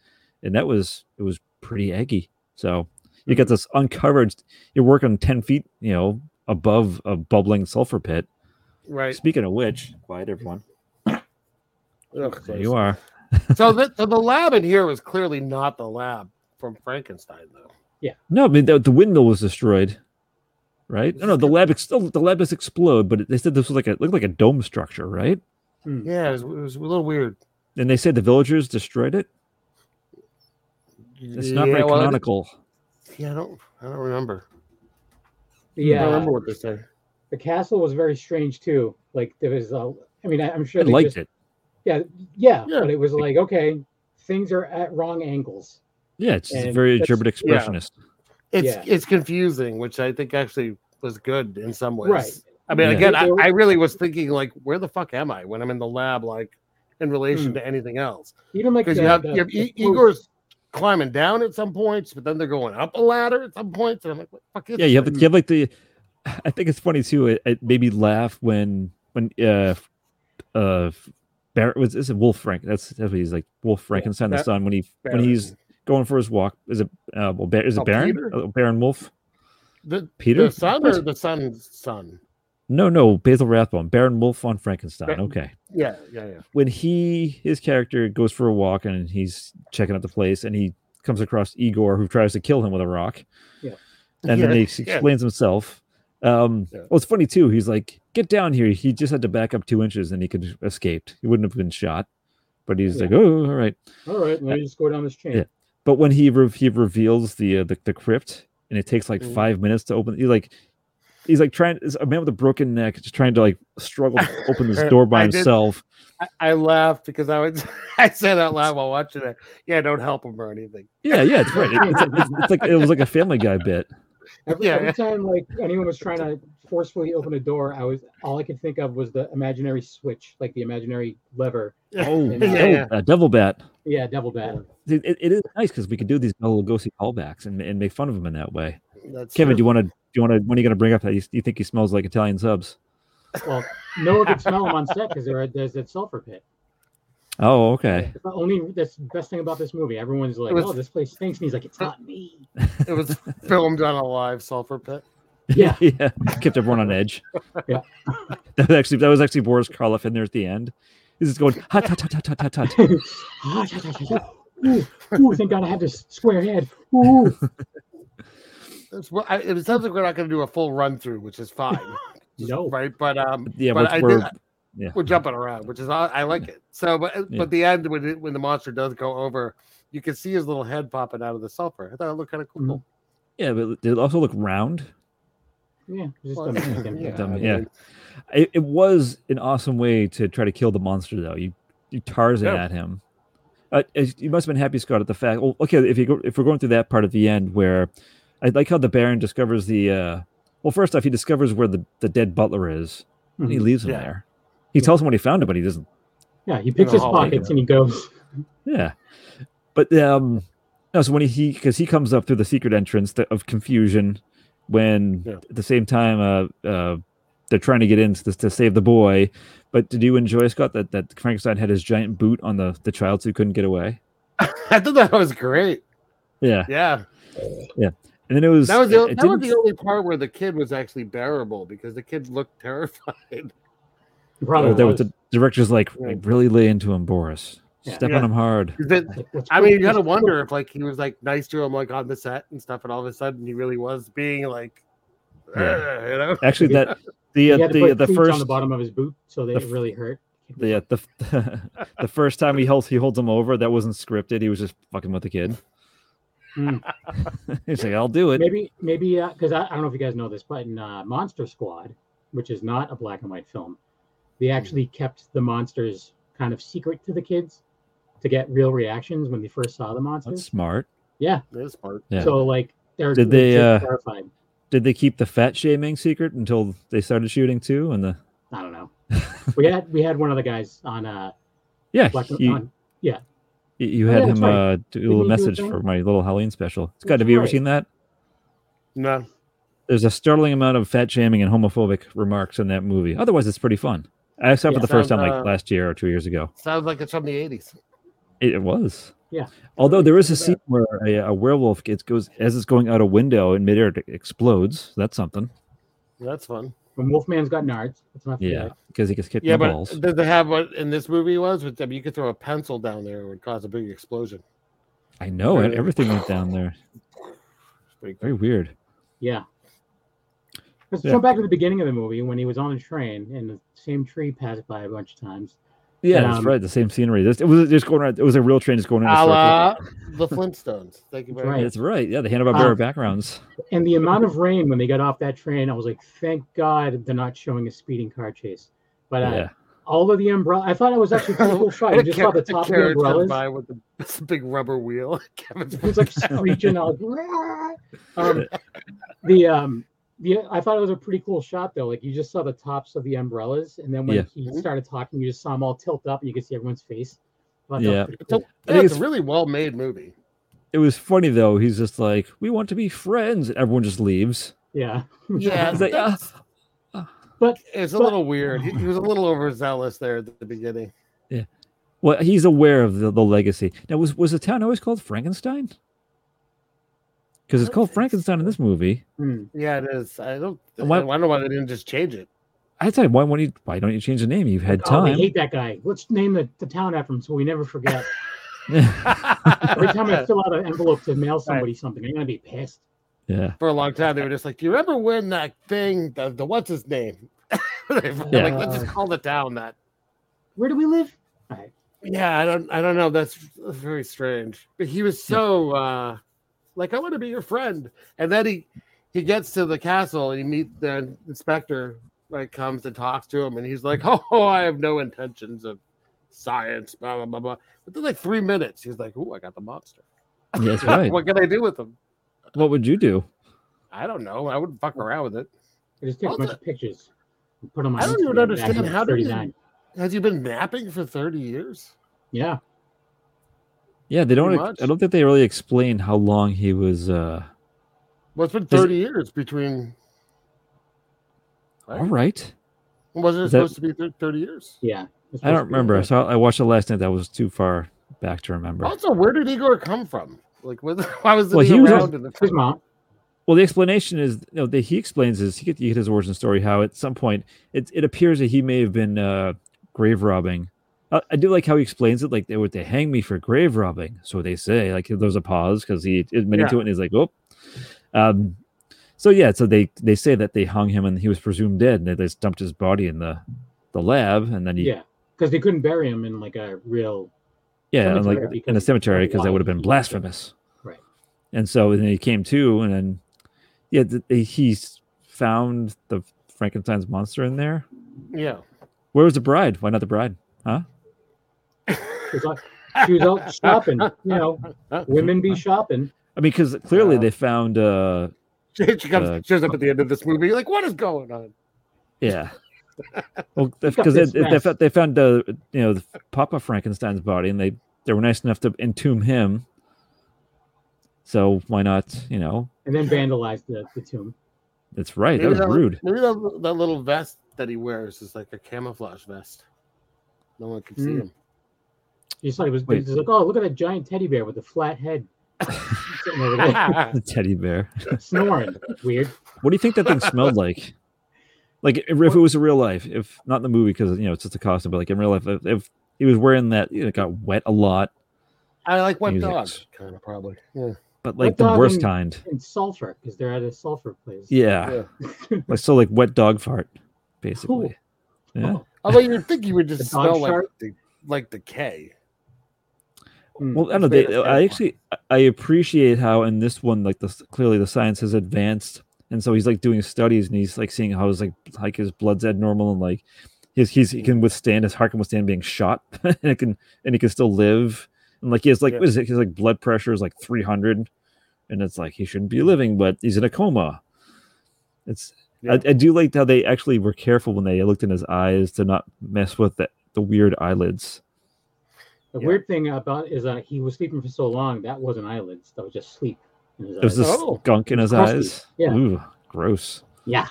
[SPEAKER 4] and that was it was pretty eggy. So you got this uncovered. You're working 10 feet, you know, above a bubbling sulfur pit.
[SPEAKER 3] Right.
[SPEAKER 4] Speaking of which, quiet everyone.
[SPEAKER 3] Ugh,
[SPEAKER 4] There you are.
[SPEAKER 3] so, the, so the lab in here was clearly not the lab from Frankenstein, though.
[SPEAKER 4] No, I mean, the, the windmill was destroyed, right? No, no, the lab ex- the lab has exploded, but they said this was like a looked like a dome structure, right?
[SPEAKER 5] Hmm.
[SPEAKER 3] Yeah, it was, it was a little weird.
[SPEAKER 4] And they said the villagers destroyed it. It's not
[SPEAKER 3] yeah,
[SPEAKER 4] very
[SPEAKER 3] well, I-
[SPEAKER 4] canonical.
[SPEAKER 3] yeah, I don't, I don't remember.
[SPEAKER 5] The,
[SPEAKER 3] I don't
[SPEAKER 5] uh,
[SPEAKER 3] remember what they said.
[SPEAKER 5] the castle was very strange too. Like there was, uh, I mean, I, I'm
[SPEAKER 4] I
[SPEAKER 5] sure they
[SPEAKER 4] liked
[SPEAKER 5] just-
[SPEAKER 4] it.
[SPEAKER 5] Yeah, yeah,
[SPEAKER 3] Yeah.
[SPEAKER 5] but it was like okay, things are at wrong angles.
[SPEAKER 4] Yeah, it's just
[SPEAKER 5] and
[SPEAKER 4] very
[SPEAKER 5] that's-
[SPEAKER 4] German
[SPEAKER 3] yeah.
[SPEAKER 4] expressionist.
[SPEAKER 3] It's
[SPEAKER 5] Yeah.
[SPEAKER 3] it's confusing, which I think actually was good in some ways.
[SPEAKER 5] Right.
[SPEAKER 3] I mean,
[SPEAKER 4] Yeah.
[SPEAKER 3] again, I,
[SPEAKER 5] They were-
[SPEAKER 3] I really was thinking like, where the fuck am I when I'm in the lab, like in relation
[SPEAKER 5] Hmm.
[SPEAKER 3] to anything else?
[SPEAKER 5] Even like
[SPEAKER 3] Because
[SPEAKER 5] the,
[SPEAKER 3] you have,
[SPEAKER 5] the-
[SPEAKER 3] you have
[SPEAKER 5] the
[SPEAKER 3] I-
[SPEAKER 5] quotes-
[SPEAKER 3] Igor's climbing down at some points, but then they're going up a ladder at some points, and I'm like, what the fuck is
[SPEAKER 4] Yeah, you have, the,
[SPEAKER 3] this?
[SPEAKER 4] you have like the. I think it's funny too. It, it made me laugh when when uh uh Barrett was is it Wolf Frank? That's that's what he's like Wolf Frankenstein the
[SPEAKER 3] Bar-
[SPEAKER 4] son when he when
[SPEAKER 3] Baron.
[SPEAKER 4] he's going for his walk. Is it uh well Bar- is it
[SPEAKER 3] Oh,
[SPEAKER 4] Baron
[SPEAKER 3] Peter?
[SPEAKER 4] Uh, Baron Wolf
[SPEAKER 3] the,
[SPEAKER 4] Peter?
[SPEAKER 3] the son
[SPEAKER 4] What?
[SPEAKER 3] or the son's son?
[SPEAKER 4] No, no, Basil Rathbone, Baron Wolf von Frankenstein.
[SPEAKER 3] Ba-
[SPEAKER 4] Okay.
[SPEAKER 3] Yeah, yeah, yeah.
[SPEAKER 4] When he his character goes for a walk and he's checking out the place and he comes across Igor who tries to kill him with a rock.
[SPEAKER 5] Yeah.
[SPEAKER 4] And
[SPEAKER 3] Yeah,
[SPEAKER 4] then he
[SPEAKER 3] yeah.
[SPEAKER 4] explains himself. Um
[SPEAKER 3] Yeah.
[SPEAKER 4] well it's funny too. He's like, get down here. He just had to back up two inches and he could have escaped. He wouldn't have been shot. But he's
[SPEAKER 5] Yeah.
[SPEAKER 4] like, Oh, all right.
[SPEAKER 5] All right, let me just go down this chain.
[SPEAKER 4] Yeah. But when he re- he reveals the, uh, the the crypt and it takes like
[SPEAKER 3] Mhm.
[SPEAKER 4] five minutes to open, he like he's like trying is a man with a broken neck just trying to like struggle
[SPEAKER 3] (laughs)
[SPEAKER 4] to open this door by
[SPEAKER 3] I did-
[SPEAKER 4] himself.
[SPEAKER 3] I, I laughed because I was (laughs) I said out loud while watching it. Yeah, don't help him or anything.
[SPEAKER 4] Yeah, yeah, it's right. It- it's, it's, it's like it was like a Family Guy bit.
[SPEAKER 5] Every,
[SPEAKER 3] Yeah,
[SPEAKER 5] every
[SPEAKER 3] yeah.
[SPEAKER 5] time like anyone was trying to forcefully open a door, I was all I could think of was the imaginary switch, like the imaginary lever.
[SPEAKER 4] Oh,
[SPEAKER 5] Yeah,
[SPEAKER 3] (laughs)
[SPEAKER 4] devil,
[SPEAKER 3] yeah.
[SPEAKER 4] Uh, devil bat.
[SPEAKER 5] Yeah, devil bat.
[SPEAKER 4] It, it- it is nice because we can do these little ghosty callbacks and, and make fun of him in that way.
[SPEAKER 3] That's
[SPEAKER 4] Kevin, do you
[SPEAKER 3] true.
[SPEAKER 4] want to? Do you want to? When are you going to bring up that? You, you think he smells like Italian subs?
[SPEAKER 5] Well, no one could smell them on set because there's that sulfur pit.
[SPEAKER 4] Oh, okay.
[SPEAKER 5] That's the only that's the best thing about this movie. Everyone's like,
[SPEAKER 3] It was-
[SPEAKER 5] "Oh, this place stinks," and he's like, "It's not me."
[SPEAKER 3] (laughs) It
[SPEAKER 4] (laughs)
[SPEAKER 3] was filmed on a live sulfur pit.
[SPEAKER 5] Yeah.
[SPEAKER 4] yeah. Kept everyone on edge.
[SPEAKER 5] Yeah.
[SPEAKER 4] (laughs) That was actually that was actually Boris Karloff in there at the end. He's just going hot, hot, hot, hot, hot, hot,
[SPEAKER 3] (laughs)
[SPEAKER 4] hot.
[SPEAKER 5] ooh, ooh, thank God I have this square head. Ooh,
[SPEAKER 3] That's what I, it sounds like we're not going to do a full run through, which is
[SPEAKER 4] (laughs)
[SPEAKER 3] fine,
[SPEAKER 5] no.
[SPEAKER 3] right? But um,
[SPEAKER 4] Yeah,
[SPEAKER 3] but
[SPEAKER 4] which
[SPEAKER 3] I
[SPEAKER 4] were
[SPEAKER 3] did,
[SPEAKER 4] yeah.
[SPEAKER 3] we're jumping around, which is I, I like it. So, but uh,
[SPEAKER 4] Yeah.
[SPEAKER 3] but the end when it, when the monster does go over, you can see his little head popping out of the sulfur. I thought it looked kind of cool.
[SPEAKER 4] Mm-hmm. yeah, but they also look round.
[SPEAKER 5] Yeah, just
[SPEAKER 3] Well,
[SPEAKER 5] don't make them
[SPEAKER 3] yeah,
[SPEAKER 5] dumb.
[SPEAKER 4] (laughs) Dumb,
[SPEAKER 3] I
[SPEAKER 4] yeah.
[SPEAKER 3] mean,
[SPEAKER 4] It, it was an awesome way to try to kill the monster, though. You you Tarzan
[SPEAKER 3] Yeah.
[SPEAKER 4] at him. Uh, as- you must have been happy, Scott, at the fact. Well, okay, if you go, if we're going through that part at the end, where I like how the Baron discovers the. Uh, well, first off, he discovers where the, the dead butler is, and he
[SPEAKER 5] Mhm.
[SPEAKER 4] leaves him
[SPEAKER 3] Mm-hmm. Yeah.
[SPEAKER 4] there. He tells him what he found him, but he doesn't.
[SPEAKER 5] Yeah, he picks
[SPEAKER 3] the
[SPEAKER 5] his
[SPEAKER 3] hallway,
[SPEAKER 5] pockets and he goes. (laughs)
[SPEAKER 4] Yeah, but um, no. So when he because he comes up through the secret entrance th- of confusion, when
[SPEAKER 3] Yeah.
[SPEAKER 4] at the same time uh, uh, they're trying to get in to, to save the boy. But did you enjoy Scott that, that Frankenstein had his giant boot on the the child so he couldn't get away?
[SPEAKER 3] (laughs) I thought that was great.
[SPEAKER 4] Yeah,
[SPEAKER 3] Yeah,
[SPEAKER 4] and then it was
[SPEAKER 3] That was the,
[SPEAKER 4] it- it
[SPEAKER 3] that was
[SPEAKER 4] didn't-
[SPEAKER 3] the only part where the kid was actually bearable because the kid looked (laughs) terrified.
[SPEAKER 5] He
[SPEAKER 4] oh,
[SPEAKER 5] Probably
[SPEAKER 4] that was
[SPEAKER 5] was.
[SPEAKER 4] the director's like
[SPEAKER 3] Yeah.
[SPEAKER 4] really lay into him, Boris.
[SPEAKER 5] Yeah.
[SPEAKER 4] Step
[SPEAKER 3] Yeah.
[SPEAKER 4] on him hard.
[SPEAKER 3] That-
[SPEAKER 5] Like, what's
[SPEAKER 3] I mean,
[SPEAKER 4] (laughs)
[SPEAKER 3] you
[SPEAKER 5] going
[SPEAKER 3] gotta
[SPEAKER 5] on?
[SPEAKER 3] wonder if like he was like nice to him like on the set and stuff, and all of a sudden he really was being like,
[SPEAKER 4] Yeah.
[SPEAKER 3] "Ugh," you know?
[SPEAKER 4] Actually,
[SPEAKER 5] Yeah.
[SPEAKER 4] that
[SPEAKER 5] (laughs) He
[SPEAKER 4] the uh,
[SPEAKER 5] had to
[SPEAKER 4] the
[SPEAKER 5] put
[SPEAKER 4] the
[SPEAKER 5] cleats
[SPEAKER 4] first
[SPEAKER 5] on the bottom of his boot so that
[SPEAKER 4] the
[SPEAKER 5] it
[SPEAKER 4] f-
[SPEAKER 5] really hurt.
[SPEAKER 4] the uh, the (laughs) the first time he holds he holds him over, that wasn't scripted. He was just fucking with the kid. (laughs) He's like, I'll do it.
[SPEAKER 5] Hmm. maybe maybe because I, I don't know if you guys know this, but in uh, Monster Squad, which is not a black and white film, they
[SPEAKER 4] Hmm.
[SPEAKER 5] actually kept the monsters kind of secret to the kids to get real reactions when they first saw the
[SPEAKER 4] That's
[SPEAKER 5] monsters.
[SPEAKER 4] smart.
[SPEAKER 5] Yeah.
[SPEAKER 3] This part.
[SPEAKER 4] Yeah.
[SPEAKER 5] So like they're
[SPEAKER 4] Did they,
[SPEAKER 5] legit
[SPEAKER 4] uh,
[SPEAKER 5] terrified.
[SPEAKER 4] Did they keep the fat shaming secret until they started shooting too? And the
[SPEAKER 5] I don't know. we had we had one of the guys on uh
[SPEAKER 4] yeah, (laughs)
[SPEAKER 5] black and-
[SPEAKER 4] you,
[SPEAKER 5] on
[SPEAKER 4] you- you
[SPEAKER 5] Oh,
[SPEAKER 4] had
[SPEAKER 5] yeah, that's
[SPEAKER 4] him
[SPEAKER 5] right.
[SPEAKER 4] uh, do a
[SPEAKER 5] he do
[SPEAKER 4] little
[SPEAKER 5] a
[SPEAKER 4] message
[SPEAKER 5] thing?
[SPEAKER 4] for my little Halloween special. It's good.
[SPEAKER 5] That's
[SPEAKER 4] Have you ever
[SPEAKER 5] right.
[SPEAKER 4] seen that?
[SPEAKER 3] No.
[SPEAKER 4] There's a startling amount of fat shaming and homophobic remarks in that movie. Otherwise, it's pretty fun. I saw it
[SPEAKER 5] Yeah,
[SPEAKER 4] for the first time
[SPEAKER 3] sounds,
[SPEAKER 4] like
[SPEAKER 3] uh,
[SPEAKER 4] last year or two years ago.
[SPEAKER 3] Sounds like it's from the 80s.
[SPEAKER 4] It, it was.
[SPEAKER 5] Yeah.
[SPEAKER 4] Although there is a
[SPEAKER 3] Too
[SPEAKER 4] scene where a, a werewolf gets goes as it's going out a window in midair it explodes. That's something.
[SPEAKER 3] That's fun.
[SPEAKER 5] when Wolfman's got nards. That's not
[SPEAKER 4] Yeah. Because he gets kicked
[SPEAKER 3] Yeah,
[SPEAKER 4] in the
[SPEAKER 3] but uh,
[SPEAKER 4] balls.
[SPEAKER 3] did they have what in this movie was? Which, I mean, you could throw a pencil down there, it would cause a big explosion.
[SPEAKER 4] I know it.
[SPEAKER 3] Really?
[SPEAKER 4] Everything went down there.
[SPEAKER 3] It's pretty cool.
[SPEAKER 4] Very weird.
[SPEAKER 5] Yeah. Let's
[SPEAKER 4] Yeah.
[SPEAKER 5] jump back to the beginning of the movie when he was on a train and the same tree passed by a bunch of times.
[SPEAKER 4] Yeah, that's
[SPEAKER 5] Um,
[SPEAKER 4] right. The same scenery. This- it was just going around. It was a real train just going around.
[SPEAKER 3] A
[SPEAKER 4] a
[SPEAKER 3] la
[SPEAKER 4] circle.
[SPEAKER 3] the Flintstones. Thank you very
[SPEAKER 5] Right.
[SPEAKER 3] much.
[SPEAKER 4] That's right. Yeah, the Hanna Barbera
[SPEAKER 5] Um,
[SPEAKER 4] backgrounds.
[SPEAKER 5] And the amount of rain when they got off that train, I was like, thank God they're not showing a speeding car chase. But uh,
[SPEAKER 4] yeah.
[SPEAKER 5] all of the umbrella, I thought it was actually a pretty
[SPEAKER 3] (laughs)
[SPEAKER 5] cool shot. You just saw the
[SPEAKER 3] A
[SPEAKER 5] top of the
[SPEAKER 3] carriage comes
[SPEAKER 5] umbrellas.
[SPEAKER 3] by with the this big rubber wheel. (laughs) Kevin's
[SPEAKER 5] It was like screeching. I was like, um, the um, the I thought it was a pretty cool shot though. Like you just saw the tops of the umbrellas, and then when
[SPEAKER 4] Yeah.
[SPEAKER 5] he started talking, you just saw them all tilt up, and you could see everyone's face. I thought that was
[SPEAKER 4] Yeah.
[SPEAKER 5] pretty
[SPEAKER 3] So-
[SPEAKER 5] cool.
[SPEAKER 4] I
[SPEAKER 3] yeah,
[SPEAKER 4] think
[SPEAKER 3] it's a
[SPEAKER 4] it's-
[SPEAKER 3] really well made
[SPEAKER 4] (laughs)
[SPEAKER 3] movie.
[SPEAKER 4] It was funny though. He's just like, we want to be friends. Everyone just leaves.
[SPEAKER 5] yeah.
[SPEAKER 3] Yeah,
[SPEAKER 4] He's like, ah,
[SPEAKER 3] that's-
[SPEAKER 5] But
[SPEAKER 3] it's a
[SPEAKER 5] but-
[SPEAKER 3] little weird. He, he was a little overzealous there at the beginning.
[SPEAKER 4] Well, he's aware of the, the legacy. Now, was was the town always called Frankenstein? Because
[SPEAKER 3] I
[SPEAKER 4] it's
[SPEAKER 3] don't
[SPEAKER 4] called
[SPEAKER 3] think
[SPEAKER 4] Frankenstein in this movie.
[SPEAKER 5] hmm,
[SPEAKER 3] Yeah, it is. I don't.
[SPEAKER 4] And why-
[SPEAKER 3] I don't know why they didn't just change it.
[SPEAKER 4] I tell you, why won't you? Why don't you change the name? You've had
[SPEAKER 5] oh, we
[SPEAKER 4] time. (laughs)
[SPEAKER 5] hate that guy. Let's name the, the town after him so we never forget. Every time
[SPEAKER 3] (laughs)
[SPEAKER 5] I
[SPEAKER 3] For
[SPEAKER 5] fill out an envelope to mail somebody something, I'm gonna be pissed.
[SPEAKER 4] yeah,
[SPEAKER 3] a long time, they were just like, "Do you remember when that thing, the, the what's his name?" (laughs) They were
[SPEAKER 4] Yeah.
[SPEAKER 3] Like, let's just call the town that.
[SPEAKER 5] Where do we live?
[SPEAKER 3] Yeah, I don't. I don't know. That's very strange. But he was so uh like, "I want to be your friend," and then he he gets to the castle and he meets the inspector. Like comes and talks to him, and he's like, (laughs) "Oh, I have no intentions of science." Blah blah blah. blah. But then, like three minutes, he's like, "Ooh, I got the monster." (laughs)
[SPEAKER 4] Yeah, that's right.
[SPEAKER 3] what can I do with him?
[SPEAKER 4] what would you do?
[SPEAKER 3] I don't know. I wouldn't fuck around with it.
[SPEAKER 5] I just took a
[SPEAKER 3] Also-
[SPEAKER 5] bunch of pictures. and Put them on
[SPEAKER 3] I don't even
[SPEAKER 5] Instagram back
[SPEAKER 3] understand
[SPEAKER 5] in
[SPEAKER 3] how do you-
[SPEAKER 5] 39.
[SPEAKER 3] Has he been napping for 30 years?
[SPEAKER 5] Yeah,
[SPEAKER 4] Yeah, they don't.
[SPEAKER 3] Pretty
[SPEAKER 4] ex- I
[SPEAKER 3] much.
[SPEAKER 4] don't think they really explain how long he was. uh
[SPEAKER 3] Well, it's been
[SPEAKER 4] Does it-
[SPEAKER 3] 30 years between. Right?
[SPEAKER 4] All right.
[SPEAKER 3] Wasn't it
[SPEAKER 4] Is that-
[SPEAKER 3] supposed to be thir- 30 years?
[SPEAKER 5] yeah. It's
[SPEAKER 4] I don't
[SPEAKER 5] supposed to be
[SPEAKER 4] remember. I
[SPEAKER 5] like
[SPEAKER 4] saw. I watched it last night. That was too far back to remember.
[SPEAKER 3] Also, where did Igor come from? Like, was, (laughs) why was
[SPEAKER 4] Well,
[SPEAKER 3] he,
[SPEAKER 4] he was-
[SPEAKER 3] around in the
[SPEAKER 5] His mom.
[SPEAKER 4] Well, the explanation is you know, that he explains is he get, you get his origin story how at some point it it appears that he may have been uh, grave robbing. I, I do like how he explains it, like they would they hang me for grave robbing, so they say. Like there's a pause because he admitted
[SPEAKER 3] Yeah.
[SPEAKER 4] to it, and he's like, oh. Um, so yeah, so they they say that they hung him and he was presumed dead, and they just dumped his body in the the lab, and then he
[SPEAKER 5] Yeah, because they couldn't bury him in like a real.
[SPEAKER 4] yeah, and, like
[SPEAKER 5] Cemetery,
[SPEAKER 4] in a
[SPEAKER 5] because
[SPEAKER 4] cemetery because that
[SPEAKER 5] why
[SPEAKER 4] would have been
[SPEAKER 5] he-
[SPEAKER 4] blasphemous.
[SPEAKER 5] Right.
[SPEAKER 4] And so and then he came to, and then yeah, th- he's found the Frankenstein's monster in there.
[SPEAKER 3] Yeah.
[SPEAKER 4] Where was the bride? Why not the bride?
[SPEAKER 5] She was, out- she was out shopping. You know, women be shopping.
[SPEAKER 4] I mean, because clearly
[SPEAKER 3] Uh,
[SPEAKER 4] they found uh
[SPEAKER 3] (laughs) She, she comes,
[SPEAKER 4] Uh,
[SPEAKER 3] shows up at the end of this movie. Like, what is going on?
[SPEAKER 4] yeah. Well,
[SPEAKER 5] Look up
[SPEAKER 4] because they,
[SPEAKER 5] this
[SPEAKER 4] they,
[SPEAKER 5] mess.
[SPEAKER 4] found, they found uh, you know the Papa Frankenstein's body, and they they were nice enough to entomb him. So why not? You know,
[SPEAKER 5] and then vandalized the, the tomb.
[SPEAKER 4] that's right. That was rude. (laughs)
[SPEAKER 3] Maybe that, that little vest that he wears is like a camouflage vest. No one can see
[SPEAKER 5] Mm.
[SPEAKER 3] him.
[SPEAKER 5] He just thought it was,
[SPEAKER 4] Wait.
[SPEAKER 5] he was like, oh, look at that giant teddy bear with a
[SPEAKER 4] (laughs)
[SPEAKER 5] flat head sitting
[SPEAKER 4] Hmm.
[SPEAKER 5] over there
[SPEAKER 4] The teddy bear.
[SPEAKER 5] snoring. (laughs) Weird.
[SPEAKER 4] What do you think that thing
[SPEAKER 5] (laughs)
[SPEAKER 4] smelled like? Like if if it was a real life, if not in the movie because you know it's just a costume, but like in real life, if, if he was wearing that, you know, it got wet a lot,
[SPEAKER 3] (laughs) I like wet
[SPEAKER 4] He's like-
[SPEAKER 3] dogs, kind of probably. Yeah.
[SPEAKER 4] but like
[SPEAKER 5] Wet
[SPEAKER 4] the
[SPEAKER 5] dog
[SPEAKER 4] worst
[SPEAKER 5] and-
[SPEAKER 4] kind.
[SPEAKER 5] And sulfur, because they're at a sulfur place.
[SPEAKER 4] Yeah, like so, like wet dog fart, basically. Yeah,
[SPEAKER 5] Oh,
[SPEAKER 3] Although you would think you would just
[SPEAKER 5] The dog
[SPEAKER 3] smell like
[SPEAKER 5] shark?
[SPEAKER 3] the, like decay.
[SPEAKER 5] Mm.
[SPEAKER 4] Well, I don't know.
[SPEAKER 3] It's
[SPEAKER 4] They,
[SPEAKER 3] made us
[SPEAKER 4] I
[SPEAKER 3] think.
[SPEAKER 4] actually, I appreciate how in this one, like the s- clearly the science has advanced, and so he's like doing studies and he's like seeing how his like like his blood's abnormal and like he's, he's he
[SPEAKER 3] Mm.
[SPEAKER 4] can withstand his heart can withstand being shot (laughs) and it can and he can still live and like he has like
[SPEAKER 3] Yeah.
[SPEAKER 4] what is it? His like blood pressure is like three hundred, and it's like he shouldn't be living, but he's in a coma. It's
[SPEAKER 3] Yeah.
[SPEAKER 4] I, I do like how they actually were careful when they looked in his eyes to not mess with the, the weird eyelids.
[SPEAKER 5] The
[SPEAKER 3] Yeah.
[SPEAKER 5] weird thing about is that he was sleeping for so long that wasn't eyelids. That was just sleep. In his
[SPEAKER 4] It was
[SPEAKER 5] eyes.
[SPEAKER 4] this
[SPEAKER 3] Oh.
[SPEAKER 4] gunk in his
[SPEAKER 5] Crusty.
[SPEAKER 4] eyes.
[SPEAKER 5] Yeah.
[SPEAKER 4] Ooh, gross. (laughs)
[SPEAKER 5] Yeah.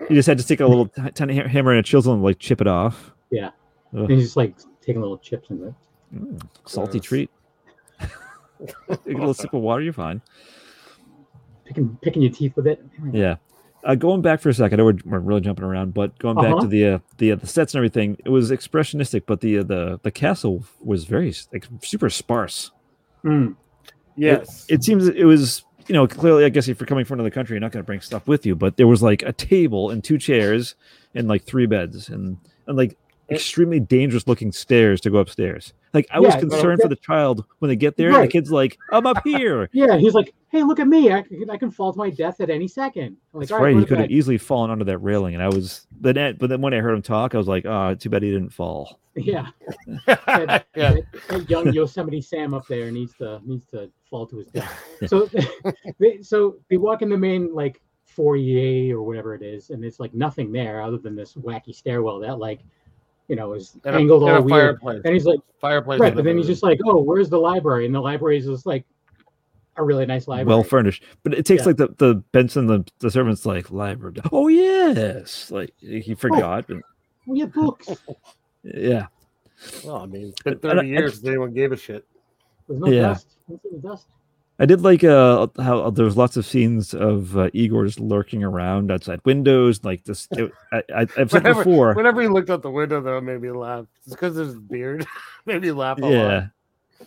[SPEAKER 4] You just had to take a little t- tiny ha- hammer and a chisel and like chip it off.
[SPEAKER 5] And he's just like taking little chips in it.
[SPEAKER 4] Mm, salty
[SPEAKER 3] Gross.
[SPEAKER 4] treat. Take a little sip of water, you're fine.
[SPEAKER 5] Picking picking your teeth with it.
[SPEAKER 4] Yeah. Uh, going back for a second, I know we're, we're really jumping around, but going back
[SPEAKER 5] Uh-huh.
[SPEAKER 4] to the uh, the uh, the sets and everything, it was expressionistic, but the uh, the the castle was very s- like super sparse. Hmm.
[SPEAKER 5] Mm.
[SPEAKER 3] Yes.
[SPEAKER 4] It seems it was you know clearly I guess if you're coming from another country, you're not going to bring stuff with you, but there was like a table and two chairs and like three beds and and like
[SPEAKER 5] Eh.
[SPEAKER 4] extremely dangerous looking stairs to go upstairs. Like I was
[SPEAKER 5] Yeah, but-
[SPEAKER 4] concerned for the child when they get there. The
[SPEAKER 5] Right.
[SPEAKER 4] kid's like, "I'm up here."
[SPEAKER 5] Yeah. He's like, hey, look at me. I can, I can fall to my death at any second. I'm (laughs) like,
[SPEAKER 4] That's
[SPEAKER 5] all
[SPEAKER 4] right.
[SPEAKER 5] go
[SPEAKER 4] He
[SPEAKER 5] to
[SPEAKER 4] could have
[SPEAKER 5] bed."
[SPEAKER 4] easily fallen under that railing, and I was the net. But then when I heard him talk, I was like, "Ah, too bad he didn't fall."
[SPEAKER 5] (laughs) Yeah.
[SPEAKER 3] (laughs) yeah.
[SPEAKER 5] That, that young Yosemite Sam up there needs to needs to fall to
[SPEAKER 3] (laughs)
[SPEAKER 5] his death. So (laughs) they so they walk in the main like foyer or whatever it is, and it's like nothing there other than this wacky stairwell that like you know is
[SPEAKER 3] And a,
[SPEAKER 5] angled
[SPEAKER 3] and
[SPEAKER 5] all
[SPEAKER 3] a
[SPEAKER 5] weird.
[SPEAKER 3] fireplace.
[SPEAKER 5] And he's like,
[SPEAKER 3] fireplace.
[SPEAKER 5] right,
[SPEAKER 3] in
[SPEAKER 5] but
[SPEAKER 3] the
[SPEAKER 5] then he's
[SPEAKER 3] middle.
[SPEAKER 5] just like, oh, where's the library? And the library is just like a really nice library.
[SPEAKER 4] Well furnished, but it takes
[SPEAKER 5] Yeah.
[SPEAKER 4] like the the Benson the the servants like library. Oh yes, like
[SPEAKER 5] Oh.
[SPEAKER 4] he forgot. but-
[SPEAKER 5] we have books.
[SPEAKER 4] yeah,
[SPEAKER 3] Well, I mean, it's been
[SPEAKER 4] And I-
[SPEAKER 3] 30 years since anyone gave a
[SPEAKER 5] (laughs)
[SPEAKER 3] shit.
[SPEAKER 5] There's no
[SPEAKER 4] (laughs) Yeah.
[SPEAKER 5] dust. Don't see the dust.
[SPEAKER 4] I did like uh how there's lots of scenes of uh, Igor's lurking around outside windows. Like this, it, I, I, I've said
[SPEAKER 3] Whatever-
[SPEAKER 4] before.
[SPEAKER 3] Whenever he looked out the window, though, it made me laugh. It's because of his beard. (laughs) made me laugh a lot.
[SPEAKER 4] Yeah.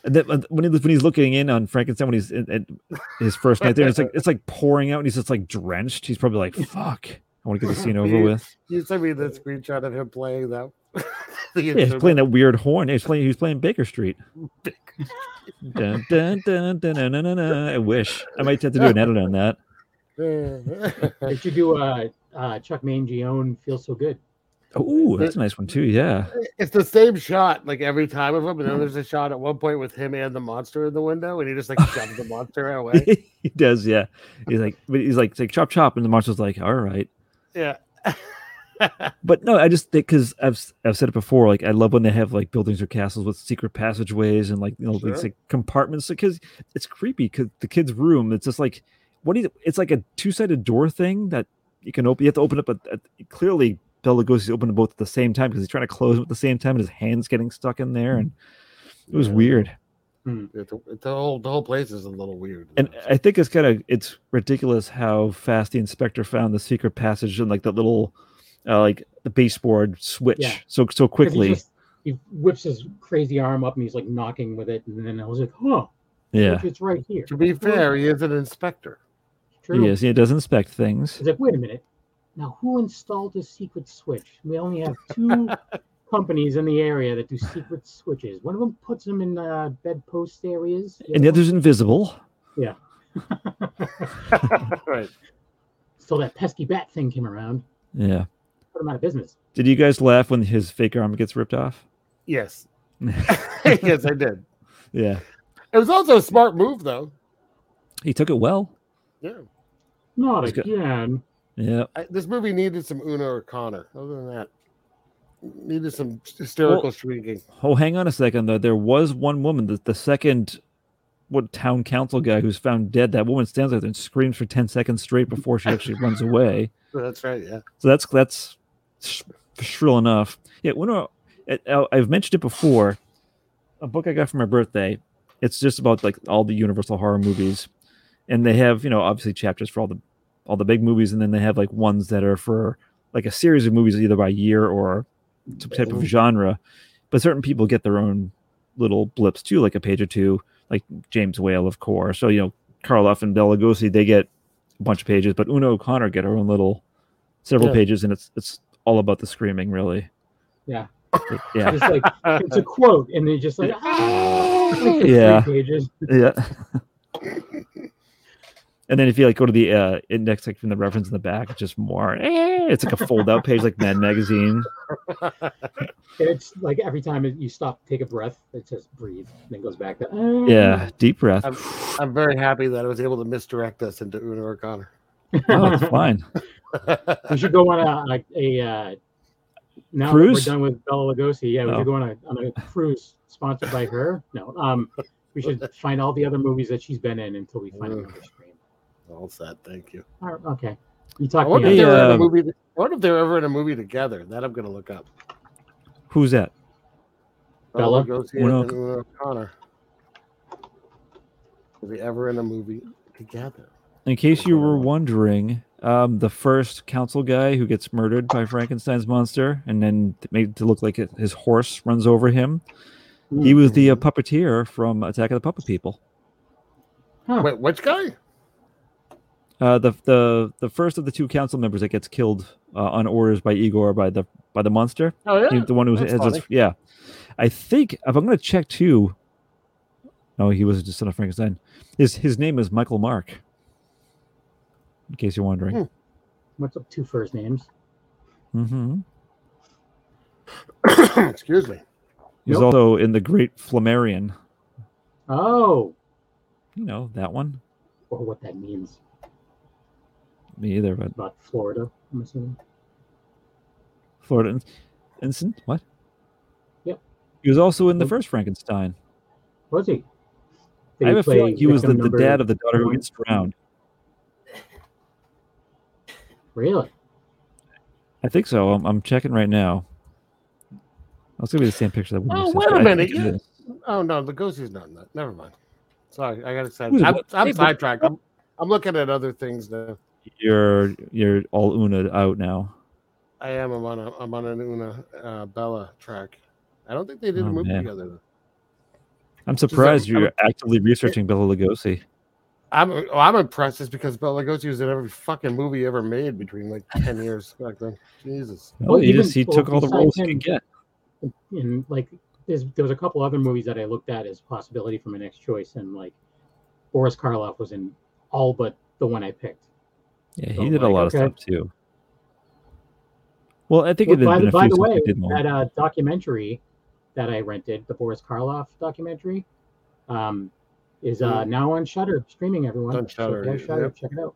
[SPEAKER 4] And then uh, when he, when he's looking in on Frankenstein, when he's in, in his first night there, it's like it's like pouring out, and he's just like drenched. He's probably like, "Fuck, I want to get the scene over
[SPEAKER 3] You- (laughs)
[SPEAKER 4] with."
[SPEAKER 3] You sent me the screenshot of him playing that. (laughs)
[SPEAKER 4] Yeah, he's playing that weird horn. He's playing. He's playing Baker Street. Dun, dun, dun, dun, dun, dun, dun, dun. I wish I might have to do an edit on that.
[SPEAKER 3] that.
[SPEAKER 5] Did you do uh, uh, Chuck Mangione feels so good?
[SPEAKER 4] Oh, that's a nice one too. Yeah,
[SPEAKER 3] (laughs) it's the same shot like every time of him, and then there's a shot at one point with him and the monster in the window, and he just like shoves the monster
[SPEAKER 4] (laughs)
[SPEAKER 3] away.
[SPEAKER 4] he does. Yeah, he's like, but he's like, like chop chop, and the marshal's like, all right.
[SPEAKER 3] Yeah. (laughs)
[SPEAKER 4] But no, I just think because I've s- I've said it before. Like I love when they have like buildings or castles with secret passageways and like you know these
[SPEAKER 3] Sure.
[SPEAKER 4] like compartments because it's creepy. Because the kid's room, it's just like what do you? It's like a two sided door thing that you can open. You have to open up. A, a- clearly, Bela Lugosi's open both at the same time because he's trying to close them at the same time, and his hands getting stuck in there, and it was
[SPEAKER 3] Yeah.
[SPEAKER 4] weird.
[SPEAKER 3] It's a- it's the whole the whole place is a little weird. (laughs)
[SPEAKER 4] And I think it's kind of it's ridiculous how fast the inspector found the secret passage and like that little, uh, like the baseboard switch
[SPEAKER 5] Yeah.
[SPEAKER 4] so so
[SPEAKER 5] 'Cause He,
[SPEAKER 4] quickly.
[SPEAKER 5] just, he whips his crazy arm up and he's like knocking with it, and then I was like, "Huh,
[SPEAKER 4] yeah,
[SPEAKER 5] look, it's right here."
[SPEAKER 3] to be fair, he is an inspector.
[SPEAKER 5] True.
[SPEAKER 4] he is. He does inspect things.
[SPEAKER 5] He's like, "Wait a minute, now who installed a secret switch? We only have
[SPEAKER 4] (laughs)
[SPEAKER 5] two companies in the area that do secret switches. One of them puts them in uh, bedpost areas,
[SPEAKER 4] And the
[SPEAKER 5] other
[SPEAKER 4] other's invisible.
[SPEAKER 3] right.
[SPEAKER 5] so that pesky bat thing came around,
[SPEAKER 4] Yeah.
[SPEAKER 5] put him out of business."
[SPEAKER 4] Did you guys laugh when his fake arm gets ripped off?
[SPEAKER 5] (laughs)
[SPEAKER 3] Yes. yes, I did.
[SPEAKER 4] Yeah.
[SPEAKER 3] It was also a smart move though.
[SPEAKER 4] He took it well.
[SPEAKER 3] Yeah.
[SPEAKER 5] Not
[SPEAKER 4] He's got-
[SPEAKER 5] again.
[SPEAKER 4] Yeah.
[SPEAKER 3] I, this movie needed some Una or Connor. Other than that, needed some hysterical
[SPEAKER 4] Well-
[SPEAKER 3] shrieking. (laughs)
[SPEAKER 4] Oh, hang on a second though. There was one woman, the, the second what town council guy who's found dead. That woman stands there and screams for ten seconds straight before she actually runs away.
[SPEAKER 3] That's right. Yeah.
[SPEAKER 4] So that's that's sh- shrill enough. Yeah, when I, I- I've mentioned it before, a book I got for my birthday. It's just about like all the Universal horror movies, and they have you know obviously chapters for all the all the big movies, and then they have like ones that are for like a series of movies either by year or some type of
[SPEAKER 3] Mhm.
[SPEAKER 4] genre. But certain people get their own little blips too, like a page or two, like James Whale, of course. So you know Karloff and Bela Lugosi, they get a bunch of pages, but Una O'Connor get her own little several
[SPEAKER 3] Yeah.
[SPEAKER 4] pages, and it's it's all about the screaming, really. Yeah.
[SPEAKER 5] It's like
[SPEAKER 3] (laughs)
[SPEAKER 5] it's a quote, and
[SPEAKER 4] (laughs)
[SPEAKER 5] they just like ah, like for
[SPEAKER 4] Yeah.
[SPEAKER 5] three pages.
[SPEAKER 4] yeah. and then if you like go to the uh, index like from the reference in the back, it's just more. eh, it's like a fold out page like Mad Magazine.
[SPEAKER 5] And it's like every time you stop, take a breath, it says breathe, and then goes back to ah.
[SPEAKER 4] Yeah,
[SPEAKER 3] (laughs)
[SPEAKER 4] deep breath.
[SPEAKER 3] I'm, I'm very happy that I was able to misdirect us into Una O'Connor.
[SPEAKER 4] Oh, it's fine.
[SPEAKER 5] We should go on a, a, a uh, now that
[SPEAKER 4] Cruise?
[SPEAKER 5] we're done with Bella Lugosi. Yeah, we
[SPEAKER 4] Oh.
[SPEAKER 5] should go on a, on a cruise sponsored by her. No, um, we should find all the other movies that she's been in until we find
[SPEAKER 3] Mm.
[SPEAKER 5] another screen.
[SPEAKER 3] All set. Thank you.
[SPEAKER 5] All right, okay, you
[SPEAKER 3] I
[SPEAKER 5] talk.
[SPEAKER 3] wonder,
[SPEAKER 5] me
[SPEAKER 3] if
[SPEAKER 5] up.
[SPEAKER 3] they were in a
[SPEAKER 4] um,
[SPEAKER 3] movie, I wonder if they were ever in a movie together. That I'm going to look up.
[SPEAKER 4] Who's that?
[SPEAKER 5] Bella?
[SPEAKER 3] Go see
[SPEAKER 4] Una-
[SPEAKER 3] it in Una O'Connor. Were they ever in a movie together?
[SPEAKER 4] In case you were wondering, um, the first council guy who gets murdered by Frankenstein's monster and then made to look like it, his horse runs over him, he
[SPEAKER 5] Hmm,
[SPEAKER 4] was the uh, puppeteer from Attack of the Puppet People.
[SPEAKER 5] Huh.
[SPEAKER 3] Wait, which guy?
[SPEAKER 4] Uh, the the the first of the two council members that gets killed uh, on orders by Igor by the by the monster.
[SPEAKER 3] Oh,
[SPEAKER 4] He-
[SPEAKER 3] yeah.
[SPEAKER 4] the one who
[SPEAKER 3] that's
[SPEAKER 4] has his,
[SPEAKER 3] funny.
[SPEAKER 4] yeah. I think if I'm going to check too. No, he was just son of Frankenstein. His his name is Michael Mark. In case you're wondering.
[SPEAKER 5] What's up? Two first names.
[SPEAKER 4] hmm
[SPEAKER 5] (coughs)
[SPEAKER 3] Excuse me.
[SPEAKER 4] He was
[SPEAKER 5] Nope.
[SPEAKER 4] also in the Great Flammarion.
[SPEAKER 5] Oh,
[SPEAKER 4] You know that one.
[SPEAKER 5] or what that means
[SPEAKER 4] Me either, but
[SPEAKER 5] about Florida. I'm assuming.
[SPEAKER 4] Florida Ins- Instant. What?
[SPEAKER 5] Yep.
[SPEAKER 4] He was also in the
[SPEAKER 5] Nope.
[SPEAKER 4] first Frankenstein.
[SPEAKER 5] Was he?
[SPEAKER 4] I have a feeling he was the,
[SPEAKER 5] victim
[SPEAKER 4] the dad of the daughter who
[SPEAKER 5] one?
[SPEAKER 4] gets drowned.
[SPEAKER 5] Really?
[SPEAKER 4] I think so. I'm, I'm checking right now. That's gonna be the same picture that we
[SPEAKER 3] Oh,
[SPEAKER 4] just-
[SPEAKER 3] wait a
[SPEAKER 4] I
[SPEAKER 3] minute,
[SPEAKER 4] think it
[SPEAKER 3] yeah.
[SPEAKER 4] is.
[SPEAKER 3] Oh no, Lugosi's not in that. Never mind. Sorry, I got
[SPEAKER 4] Who's
[SPEAKER 3] excited.
[SPEAKER 4] it?
[SPEAKER 3] I'm,
[SPEAKER 4] Hey,
[SPEAKER 3] I'm
[SPEAKER 4] but-
[SPEAKER 3] sidetracked. I'm, I'm looking at other things now.
[SPEAKER 4] You're you're all una out now.
[SPEAKER 3] I am. I'm on a. I'm on an Una uh, Bella track. I don't think they did
[SPEAKER 4] Oh,
[SPEAKER 3] a movie
[SPEAKER 4] man.
[SPEAKER 3] together. though.
[SPEAKER 4] I'm surprised
[SPEAKER 3] I
[SPEAKER 4] you're
[SPEAKER 3] would-
[SPEAKER 4] actively researching Bela Lugosi.
[SPEAKER 3] I'm. Oh, I'm impressed. It's because Bella Lugosi was in every fucking movie ever made between
[SPEAKER 4] (laughs)
[SPEAKER 3] like ten years back then. Jesus.
[SPEAKER 4] Well,
[SPEAKER 5] Well,
[SPEAKER 4] he
[SPEAKER 5] even-
[SPEAKER 4] just he
[SPEAKER 5] well,
[SPEAKER 4] took all the
[SPEAKER 5] besides
[SPEAKER 4] roles he
[SPEAKER 5] him-
[SPEAKER 4] could get.
[SPEAKER 5] And like, there's, there was a couple other movies that I looked at as possibility for my next choice, and like, Boris Karloff was in all but the one I picked.
[SPEAKER 4] Yeah,
[SPEAKER 5] So
[SPEAKER 4] he
[SPEAKER 5] I'm
[SPEAKER 4] did a
[SPEAKER 5] Oh, like,
[SPEAKER 4] lot
[SPEAKER 5] okay.
[SPEAKER 4] of stuff too. Well, I think it
[SPEAKER 5] Well,
[SPEAKER 4] had been a
[SPEAKER 5] by the, by
[SPEAKER 4] few
[SPEAKER 5] the
[SPEAKER 4] since
[SPEAKER 5] way,
[SPEAKER 4] we did more.
[SPEAKER 5] that uh, documentary that I rented, the Boris Karloff documentary, um, is uh, now on Shutter, streaming everyone.
[SPEAKER 3] Mm. It's on
[SPEAKER 5] So if
[SPEAKER 3] Shudder,
[SPEAKER 5] you have Shudder,
[SPEAKER 3] yep.
[SPEAKER 5] Check it out.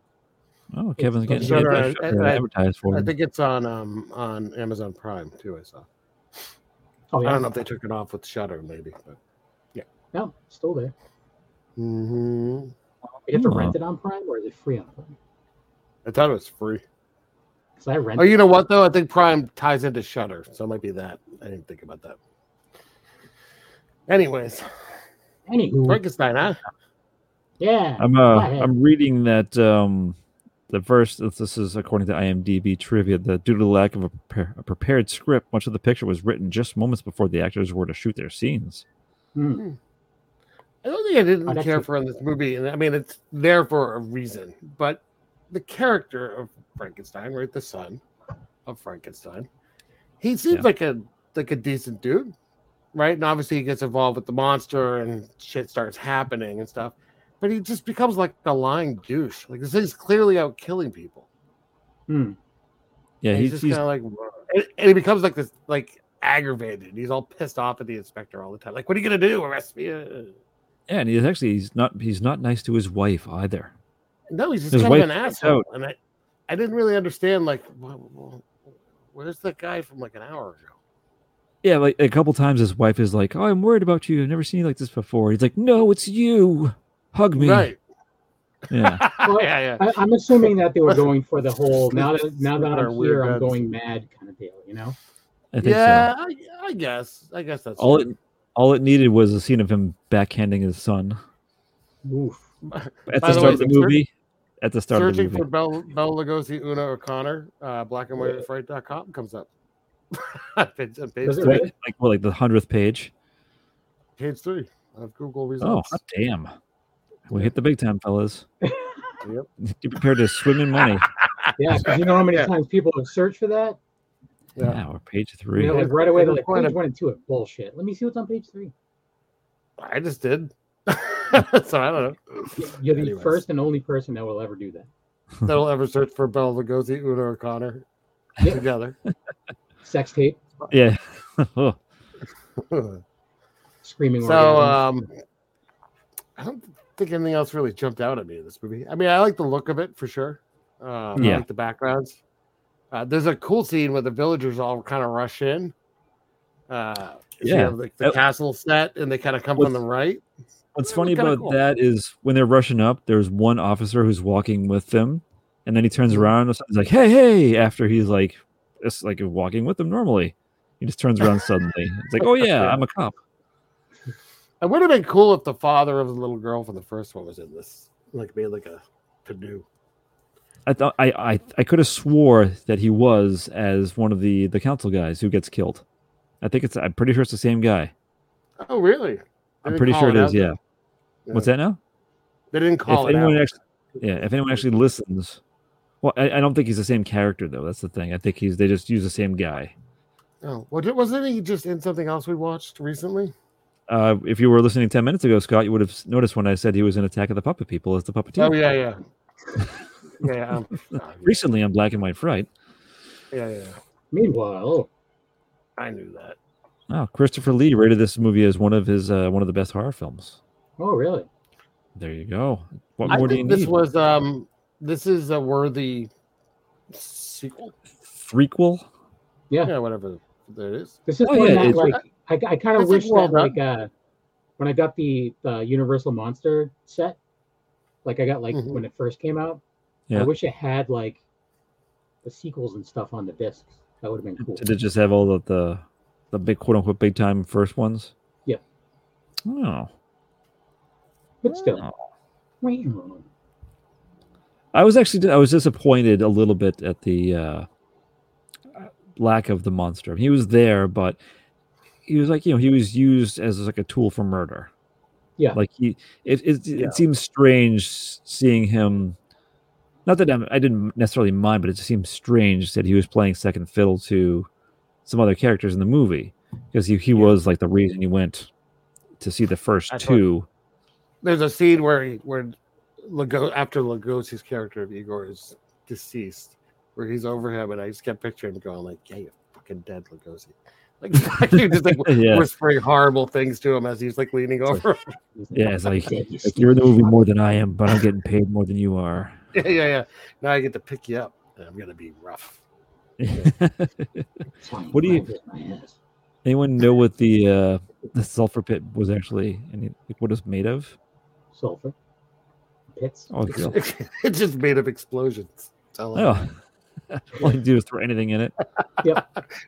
[SPEAKER 4] Oh, Kevin's getting
[SPEAKER 3] Shutter,
[SPEAKER 4] Shutter,
[SPEAKER 3] I- I-
[SPEAKER 4] advertised for
[SPEAKER 3] I
[SPEAKER 4] him.
[SPEAKER 3] think it's on um on Amazon Prime too. I saw.
[SPEAKER 5] Oh, yeah.
[SPEAKER 3] I don't know if they took it off with Shutter maybe, but.
[SPEAKER 5] No, it's still there.
[SPEAKER 3] hmm
[SPEAKER 5] You have to
[SPEAKER 4] Huh.
[SPEAKER 5] rent it on Prime, or is it free on Prime?
[SPEAKER 3] I thought it was free.
[SPEAKER 5] Because I rent.
[SPEAKER 3] Oh, you know what though? I think Prime ties into Shutter, so it might be that. I didn't think about that. Anyways,
[SPEAKER 5] Anywho,
[SPEAKER 3] Frankenstein, huh?
[SPEAKER 5] yeah.
[SPEAKER 4] I'm uh,
[SPEAKER 5] Go ahead.
[SPEAKER 4] I'm reading that um, the first. This is according to IMDb trivia. That due to the lack of a, prepar- a prepared script, much of the picture was written just moments before the actors were to shoot their scenes.
[SPEAKER 5] Hmm.
[SPEAKER 3] I don't think I
[SPEAKER 5] I'd
[SPEAKER 3] didn't care
[SPEAKER 5] actually-
[SPEAKER 3] for in this movie, and I mean it's there for a reason. But the character of Frankenstein, right, the son of Frankenstein, he seems
[SPEAKER 4] Yeah.
[SPEAKER 3] like a like a decent dude, right? And obviously he gets involved with the monster, and shit starts happening and stuff. But he just becomes like a lying douche. Like this thing's clearly out killing people.
[SPEAKER 5] Hmm.
[SPEAKER 4] Yeah,
[SPEAKER 3] And
[SPEAKER 4] he's,
[SPEAKER 3] he's,
[SPEAKER 4] he's-
[SPEAKER 3] just kind of like, and, and he becomes like this, like aggravated. He's all pissed off at the inspector all the time. Like, what are you gonna do? Arrest me? Uh,
[SPEAKER 4] yeah, and he's actually he's not he's not nice to his wife either.
[SPEAKER 3] No, he's just
[SPEAKER 4] His
[SPEAKER 3] kind of an
[SPEAKER 4] wife freaked
[SPEAKER 3] asshole. And I, I didn't really understand. Like, wh- wh- where's the guy from like an hour ago?
[SPEAKER 4] Yeah, like a couple times his wife is like, "Oh, I'm worried about you. I've never seen you like this before." He's like, "No, it's you. Hug me."
[SPEAKER 3] Right?
[SPEAKER 4] (laughs)
[SPEAKER 3] (laughs) Oh,
[SPEAKER 4] Yeah.
[SPEAKER 3] yeah, yeah.
[SPEAKER 5] I, I'm assuming that they were going for the whole now that now that
[SPEAKER 3] Our
[SPEAKER 5] I'm
[SPEAKER 3] weird
[SPEAKER 5] here,
[SPEAKER 3] guns.
[SPEAKER 5] I'm going mad kind of deal. You know,
[SPEAKER 4] I think
[SPEAKER 3] Yeah,
[SPEAKER 4] so.
[SPEAKER 3] I, I guess. I guess that's
[SPEAKER 4] All
[SPEAKER 3] true.
[SPEAKER 4] it all it needed was a scene of him backhanding his son
[SPEAKER 5] Oof.
[SPEAKER 4] at
[SPEAKER 3] By
[SPEAKER 4] the
[SPEAKER 3] the
[SPEAKER 4] start
[SPEAKER 3] way,
[SPEAKER 4] of the
[SPEAKER 3] the search-
[SPEAKER 4] movie. At the start of the
[SPEAKER 3] Searching
[SPEAKER 4] movie.
[SPEAKER 3] for Bell, Bell Lugosi, Una O'Connor, uh, black and white fright.com comes up. (laughs) page, page,
[SPEAKER 5] Does it
[SPEAKER 3] three,
[SPEAKER 5] really?
[SPEAKER 4] like, like what, like the hundredth page?
[SPEAKER 3] page three of Google
[SPEAKER 4] Oh,
[SPEAKER 3] results.
[SPEAKER 4] hot damn! We hit the big time, fellas.
[SPEAKER 3] (laughs) Yep.
[SPEAKER 4] Be prepared to swim in money.
[SPEAKER 5] Yeah, because you know how many
[SPEAKER 3] (laughs) Yeah.
[SPEAKER 5] times people have searched for that.
[SPEAKER 3] (laughs) Yeah.
[SPEAKER 4] Yeah, or page
[SPEAKER 5] You
[SPEAKER 4] three.
[SPEAKER 5] know,
[SPEAKER 3] Yeah,
[SPEAKER 5] like right away, they're
[SPEAKER 3] there's
[SPEAKER 5] like,
[SPEAKER 3] quite a-
[SPEAKER 5] page one and two are bullshit. Let me see what's on page
[SPEAKER 3] (laughs)
[SPEAKER 5] three.
[SPEAKER 3] I just did. (laughs) so I don't know.
[SPEAKER 5] You're the
[SPEAKER 3] Anyways.
[SPEAKER 5] first and only person that will ever do that.
[SPEAKER 4] Mm-hmm.
[SPEAKER 3] That'll ever search for Bell Lugosi, Una, or Connor
[SPEAKER 4] (laughs)
[SPEAKER 5] Yeah.
[SPEAKER 3] together.
[SPEAKER 5] Sex tape,
[SPEAKER 4] yeah. (laughs) oh,
[SPEAKER 3] (laughs)
[SPEAKER 5] screaming.
[SPEAKER 3] so
[SPEAKER 5] orgasms.
[SPEAKER 3] um, I don't think anything else really jumped out at me in this movie. I mean, I like the look of it for sure. Um, I
[SPEAKER 4] Yeah.
[SPEAKER 3] like the backgrounds. Uh, there's a cool scene where the villagers all kind of rush in. Uh, yeah,
[SPEAKER 4] Yeah.
[SPEAKER 3] like the
[SPEAKER 4] Oh.
[SPEAKER 3] castle set, and they kind of come from the right.
[SPEAKER 4] what's
[SPEAKER 3] It was
[SPEAKER 4] funny
[SPEAKER 3] kinda
[SPEAKER 4] about
[SPEAKER 3] cool.
[SPEAKER 4] that is when they're rushing up, there's one officer who's walking with them, and then he turns
[SPEAKER 3] Mm-hmm.
[SPEAKER 4] around and he's like, "Hey, hey!" After he's like, it's like walking with them normally. He just turns around suddenly. It's like, "Oh
[SPEAKER 3] (laughs)
[SPEAKER 4] yeah, I'm a cop."
[SPEAKER 3] It would have been cool if the father of the little girl from the first one was in this, like made like a canoe.
[SPEAKER 4] I thought I I, I could have swore that he was as one of the the council guys who gets killed. I think it's. I'm pretty sure it's the same guy.
[SPEAKER 3] Oh, really? They
[SPEAKER 4] I'm
[SPEAKER 3] didn't
[SPEAKER 4] pretty
[SPEAKER 3] call
[SPEAKER 4] sure it
[SPEAKER 3] out,
[SPEAKER 4] is.
[SPEAKER 3] though.
[SPEAKER 4] Yeah. What's that now?
[SPEAKER 3] They didn't call
[SPEAKER 4] if
[SPEAKER 3] it
[SPEAKER 4] anyone
[SPEAKER 3] out.
[SPEAKER 4] actually, yeah, if anyone actually listens, well, I, I don't think he's the same character though. That's the thing. I think he's they just use the same guy.
[SPEAKER 3] Oh, well, di- wasn't he just in something else we watched recently?
[SPEAKER 4] Uh, if you were listening ten minutes ago, Scott, you would have s- noticed when I said he was in Attack of the Puppet People as the puppeteer.
[SPEAKER 3] Oh yeah, yeah, (laughs) yeah, yeah, um,
[SPEAKER 4] Recently on Black and White Fright.
[SPEAKER 3] yeah, yeah.
[SPEAKER 5] meanwhile, oh,
[SPEAKER 3] I knew that.
[SPEAKER 4] Oh, Christopher Lee rated this movie as one of his uh, one of the best horror films.
[SPEAKER 5] oh really?
[SPEAKER 4] There you go. What
[SPEAKER 3] I
[SPEAKER 4] more do you
[SPEAKER 3] think this
[SPEAKER 4] need?
[SPEAKER 3] was um, this is a worthy sequel.
[SPEAKER 4] Threequel.
[SPEAKER 5] Yeah.
[SPEAKER 3] Yeah, whatever that is.
[SPEAKER 5] This is
[SPEAKER 4] Oh,
[SPEAKER 5] one
[SPEAKER 4] yeah,
[SPEAKER 5] that,
[SPEAKER 4] it's-
[SPEAKER 5] like, I, I kind
[SPEAKER 3] That's like
[SPEAKER 5] of wish
[SPEAKER 3] well
[SPEAKER 5] that, like, uh, when I got the uh, Universal Monster set, like, I got, like,
[SPEAKER 3] Mhm.
[SPEAKER 5] when it first came out,
[SPEAKER 4] Mm-hmm. Yeah.
[SPEAKER 5] I wish it had, like, the sequels and stuff on the discs. That would have been cool.
[SPEAKER 4] Did it just have all the the, the big quote unquote big time first ones?
[SPEAKER 5] Yeah.
[SPEAKER 4] Oh.
[SPEAKER 5] But still,
[SPEAKER 4] Oh.
[SPEAKER 5] yeah,
[SPEAKER 4] I was actually I was disappointed a little bit at the uh, lack of the monster. He was there, but he was like you know he was used as like a tool for murder.
[SPEAKER 5] Yeah.
[SPEAKER 4] like he it it,
[SPEAKER 3] Yeah.
[SPEAKER 4] it seems strange seeing him. Not that I'm, I didn't necessarily mind, but it just seems strange that he was playing second fiddle to some other characters in the movie because he, he was like the reason he went to see the first
[SPEAKER 3] I thought- (laughs)
[SPEAKER 4] two.
[SPEAKER 3] There's a scene where he, where Lugo after Lugosi's character of Igor is deceased, where he's over him, and I just kept picturing him going like, "Yeah, you're fucking dead, Lugosi." Like (laughs) you just like
[SPEAKER 4] (laughs) Yeah.
[SPEAKER 3] whispering horrible things to him as he's like leaning over. him.
[SPEAKER 4] Yeah, it's like, like you're in the movie more than I am, but I'm (laughs) getting paid more than you are.
[SPEAKER 3] (laughs) yeah, yeah, yeah. Now I get to pick you up, and I'm gonna be rough. (laughs)
[SPEAKER 4] What do you- Anyone know what the uh, the sulfur pit was actually? Any, like what it was made of?
[SPEAKER 5] Sulfur. Pits.
[SPEAKER 4] Oh, it's real.
[SPEAKER 3] it's just made of explosions. Tell him.
[SPEAKER 4] oh. (laughs) all you do is throw anything in it.
[SPEAKER 3] It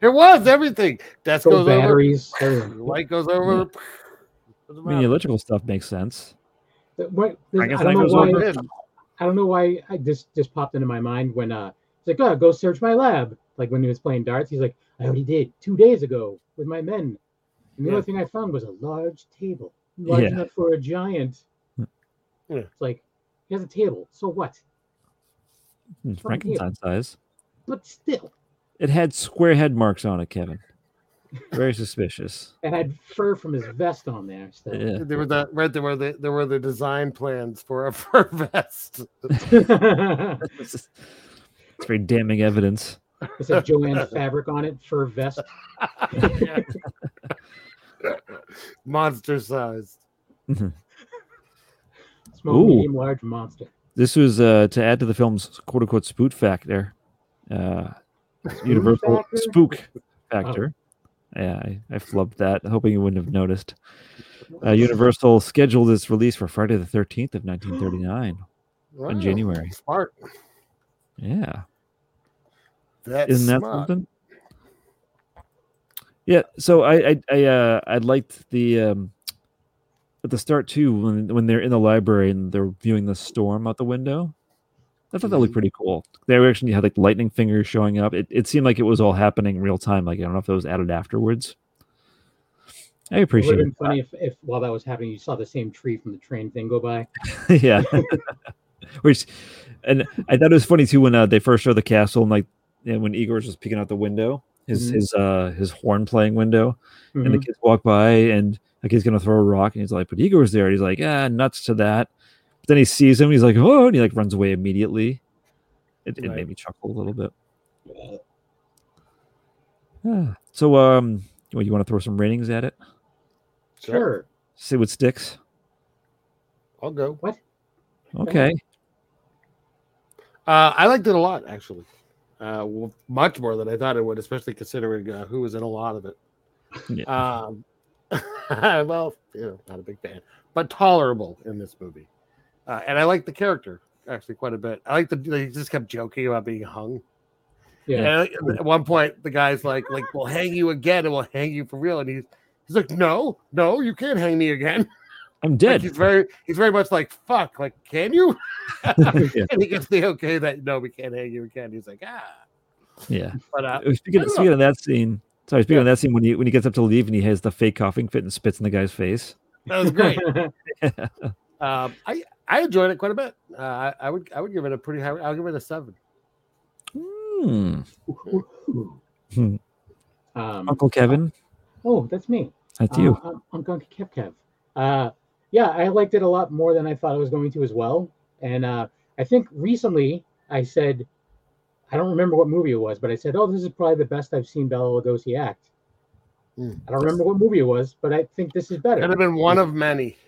[SPEAKER 3] was everything. Desk
[SPEAKER 5] So
[SPEAKER 3] goes over.
[SPEAKER 5] batteries. everything.
[SPEAKER 3] Light goes over.
[SPEAKER 4] I mean, the electrical stuff makes sense.
[SPEAKER 5] The- What,
[SPEAKER 4] I
[SPEAKER 5] I,
[SPEAKER 4] guess
[SPEAKER 5] don't
[SPEAKER 4] that
[SPEAKER 5] know
[SPEAKER 4] goes
[SPEAKER 5] why,
[SPEAKER 4] over.
[SPEAKER 5] I don't know why I, this just popped into my mind when uh, it's like, oh, go search my lab. Like when he was playing darts, he's like, I already did two days ago with my men. And the
[SPEAKER 3] Yeah.
[SPEAKER 5] only thing I found was a large table, large
[SPEAKER 4] Yeah. Hmm.
[SPEAKER 5] enough for a giant.
[SPEAKER 4] Yeah.
[SPEAKER 5] It's like, he has a table, so what?
[SPEAKER 4] Hmm, Frankenstein size.
[SPEAKER 5] But still,
[SPEAKER 4] It had square head marks on it, Kevin. Very suspicious.
[SPEAKER 5] it had fur from his vest on there. So.
[SPEAKER 4] Yeah.
[SPEAKER 3] There were the right there were the there were the design plans for a (laughs) fur vest. (laughs)
[SPEAKER 4] It's, just- it's very damning evidence.
[SPEAKER 5] (laughs) it said Joanne's fabric on it, fur vest.
[SPEAKER 3] Monster sized.
[SPEAKER 5] Small,
[SPEAKER 4] Ooh.
[SPEAKER 5] medium, large monster.
[SPEAKER 4] This was uh, to add to the film's quote unquote spook factor. Uh, universal
[SPEAKER 5] factor?
[SPEAKER 4] spook factor. Yeah, I, I flubbed that, hoping you wouldn't have noticed. Uh, Universal scheduled its release for Friday the 13th of 1939 in January.
[SPEAKER 3] Smart.
[SPEAKER 4] Yeah.
[SPEAKER 3] That's
[SPEAKER 4] Isn't that
[SPEAKER 3] smart.
[SPEAKER 4] something? Yeah, so I I I, uh, I liked the um, at the start too when when they're in the library and they're viewing the storm out the window. I thought that
[SPEAKER 3] Mm-hmm.
[SPEAKER 4] looked pretty cool. They actually had like lightning fingers showing up. It it seemed like it was all happening real time. Like I don't know if it was added afterwards. I
[SPEAKER 5] It would
[SPEAKER 4] appreciate
[SPEAKER 5] have
[SPEAKER 4] it.
[SPEAKER 5] been funny if, if while that was happening, you saw the same tree from the train thing go by.
[SPEAKER 4] (laughs) yeah.
[SPEAKER 3] (laughs)
[SPEAKER 4] Which, and I thought it was funny too when uh, they first show the castle and like and when Igor's just peeking out the window his
[SPEAKER 3] Mm-hmm.
[SPEAKER 5] Mhm.
[SPEAKER 4] his uh his horn playing window, and
[SPEAKER 5] Mhm.
[SPEAKER 4] the kids walk by, and like he's gonna throw a rock, and he's like, but Igor's there, and he's like, ah, nuts to that. But then he sees him, he's like, oh, and he like runs away immediately. It, it
[SPEAKER 3] Right.
[SPEAKER 4] made me chuckle a little bit. Yeah. So, um, well, you want to throw some ratings at it?
[SPEAKER 5] Sure.
[SPEAKER 4] See what sticks.
[SPEAKER 3] I'll go.
[SPEAKER 4] Okay.
[SPEAKER 3] Uh, I liked it a lot, actually. Uh, well, much more than I thought it would, especially considering uh, who was in a lot of it.
[SPEAKER 4] Yeah.
[SPEAKER 3] Um, (laughs) well, you know, not a big fan, but tolerable in this movie. Uh, and I like the character actually quite a bit. I like the they just kept joking about being hung.
[SPEAKER 5] Yeah.
[SPEAKER 3] And at one point, the guy's like, "Like we'll hang you again, and we'll hang you for real." And he's he's like, "No, no, you can't hang me again." (laughs)
[SPEAKER 4] I'm
[SPEAKER 3] Like,
[SPEAKER 4] dead.
[SPEAKER 3] he's very he's very much like, "Fuck, like can you?" (laughs)
[SPEAKER 4] (laughs) yeah.
[SPEAKER 3] and he gets the okay that no, we can't hang you again. He's like, ah,
[SPEAKER 4] yeah.
[SPEAKER 3] but uh,
[SPEAKER 4] Speaking,
[SPEAKER 3] I
[SPEAKER 4] of,
[SPEAKER 3] don't
[SPEAKER 4] speaking of that scene, sorry. Speaking of that scene, when he when he gets up to leave and he has the fake coughing fit and spits in the guy's face.
[SPEAKER 3] that was
[SPEAKER 5] (laughs)
[SPEAKER 3] great. Um, I I enjoyed it quite a bit. Uh, I, I would I would give it a pretty high. I'll give it a seven.
[SPEAKER 4] Hmm. Hmm.
[SPEAKER 5] um,
[SPEAKER 4] (laughs) Uncle Kevin,
[SPEAKER 5] oh, that's me.
[SPEAKER 4] that's you.
[SPEAKER 5] Uh, I'm, I'm going to Kev Kev. Uh, yeah, I liked it a lot more than I thought I was going to as well. And uh, I think recently I said, I don't remember what movie it was, but I said, oh, this is probably the best I've seen Bela Lugosi act.
[SPEAKER 3] Mm.
[SPEAKER 5] I don't remember what movie it was, but I think this is
[SPEAKER 3] Could
[SPEAKER 5] better.
[SPEAKER 3] have been one of many. (laughs)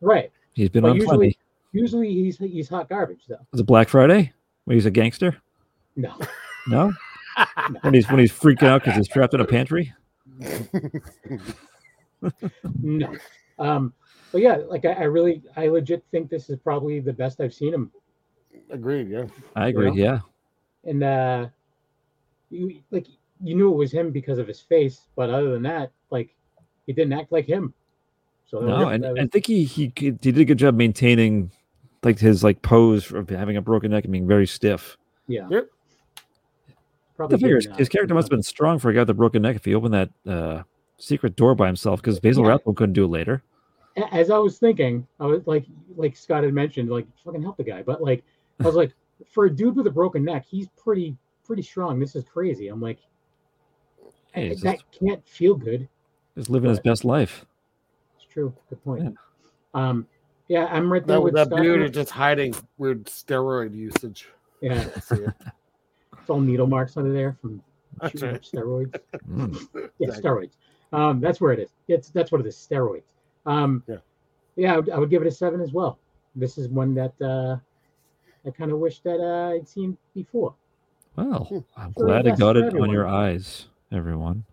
[SPEAKER 5] Right.
[SPEAKER 4] He's been
[SPEAKER 5] but
[SPEAKER 4] on
[SPEAKER 5] usually-
[SPEAKER 4] plenty.
[SPEAKER 5] Usually he's he's hot garbage though.
[SPEAKER 4] Was it Black Friday? When he's a gangster?
[SPEAKER 5] No. (laughs)
[SPEAKER 4] No. when he's when he's freaking out because he's trapped in a pantry.
[SPEAKER 5] No. Um, but yeah, like I, I really, I legit think this is probably the best I've seen him.
[SPEAKER 3] Agreed. Yeah.
[SPEAKER 4] I agree. Yeah.
[SPEAKER 5] And uh, you like you knew it was him because of his face, but other than that, like he didn't act like him. So that was-
[SPEAKER 4] No, and
[SPEAKER 5] that
[SPEAKER 4] I
[SPEAKER 5] was-
[SPEAKER 4] think he he could- he did a good job maintaining like his like pose of having a broken neck and being very stiff.
[SPEAKER 5] yeah,
[SPEAKER 3] Yep.
[SPEAKER 5] probably
[SPEAKER 4] The figure his,
[SPEAKER 5] didn't, uh,
[SPEAKER 4] his character must have been strong for a guy with a broken neck if he opened that uh, secret door by himself because Basil
[SPEAKER 5] Yeah.
[SPEAKER 4] Rathbone couldn't do it later.
[SPEAKER 5] a- as I was thinking, I was like, like Scott had mentioned, like fucking help the guy. But like, I was like, (laughs) for a dude with a broken neck, he's pretty, pretty strong. This is crazy. I'm like,
[SPEAKER 4] Hey,
[SPEAKER 5] "Eh,
[SPEAKER 4] he's
[SPEAKER 5] that
[SPEAKER 4] just-
[SPEAKER 5] can't feel good.
[SPEAKER 4] He's living his best life.
[SPEAKER 5] It's true. Good point.
[SPEAKER 4] Yeah.
[SPEAKER 5] Um, yeah, I'm right there
[SPEAKER 3] That
[SPEAKER 5] with
[SPEAKER 3] that
[SPEAKER 5] Scott.
[SPEAKER 3] dude is just hiding weird steroid usage.
[SPEAKER 5] Yeah,
[SPEAKER 3] See
[SPEAKER 4] (laughs)
[SPEAKER 3] it.
[SPEAKER 5] it's all needle marks under there from
[SPEAKER 3] That's
[SPEAKER 5] shooting
[SPEAKER 3] right.
[SPEAKER 5] up steroids.
[SPEAKER 3] (laughs)
[SPEAKER 4] Mm.
[SPEAKER 5] Yeah,
[SPEAKER 3] Exactly.
[SPEAKER 5] steroids. Um, that's where it is. It's that's what it is. Steroids. Um,
[SPEAKER 3] Yeah.
[SPEAKER 5] yeah, I would, I would give it a seven as well. This is one that uh, I kind of wish that uh, I'd seen before.
[SPEAKER 4] Well, I'm
[SPEAKER 5] So
[SPEAKER 4] glad I
[SPEAKER 5] that's
[SPEAKER 4] got it
[SPEAKER 5] everyone.
[SPEAKER 4] on your eyes, everyone.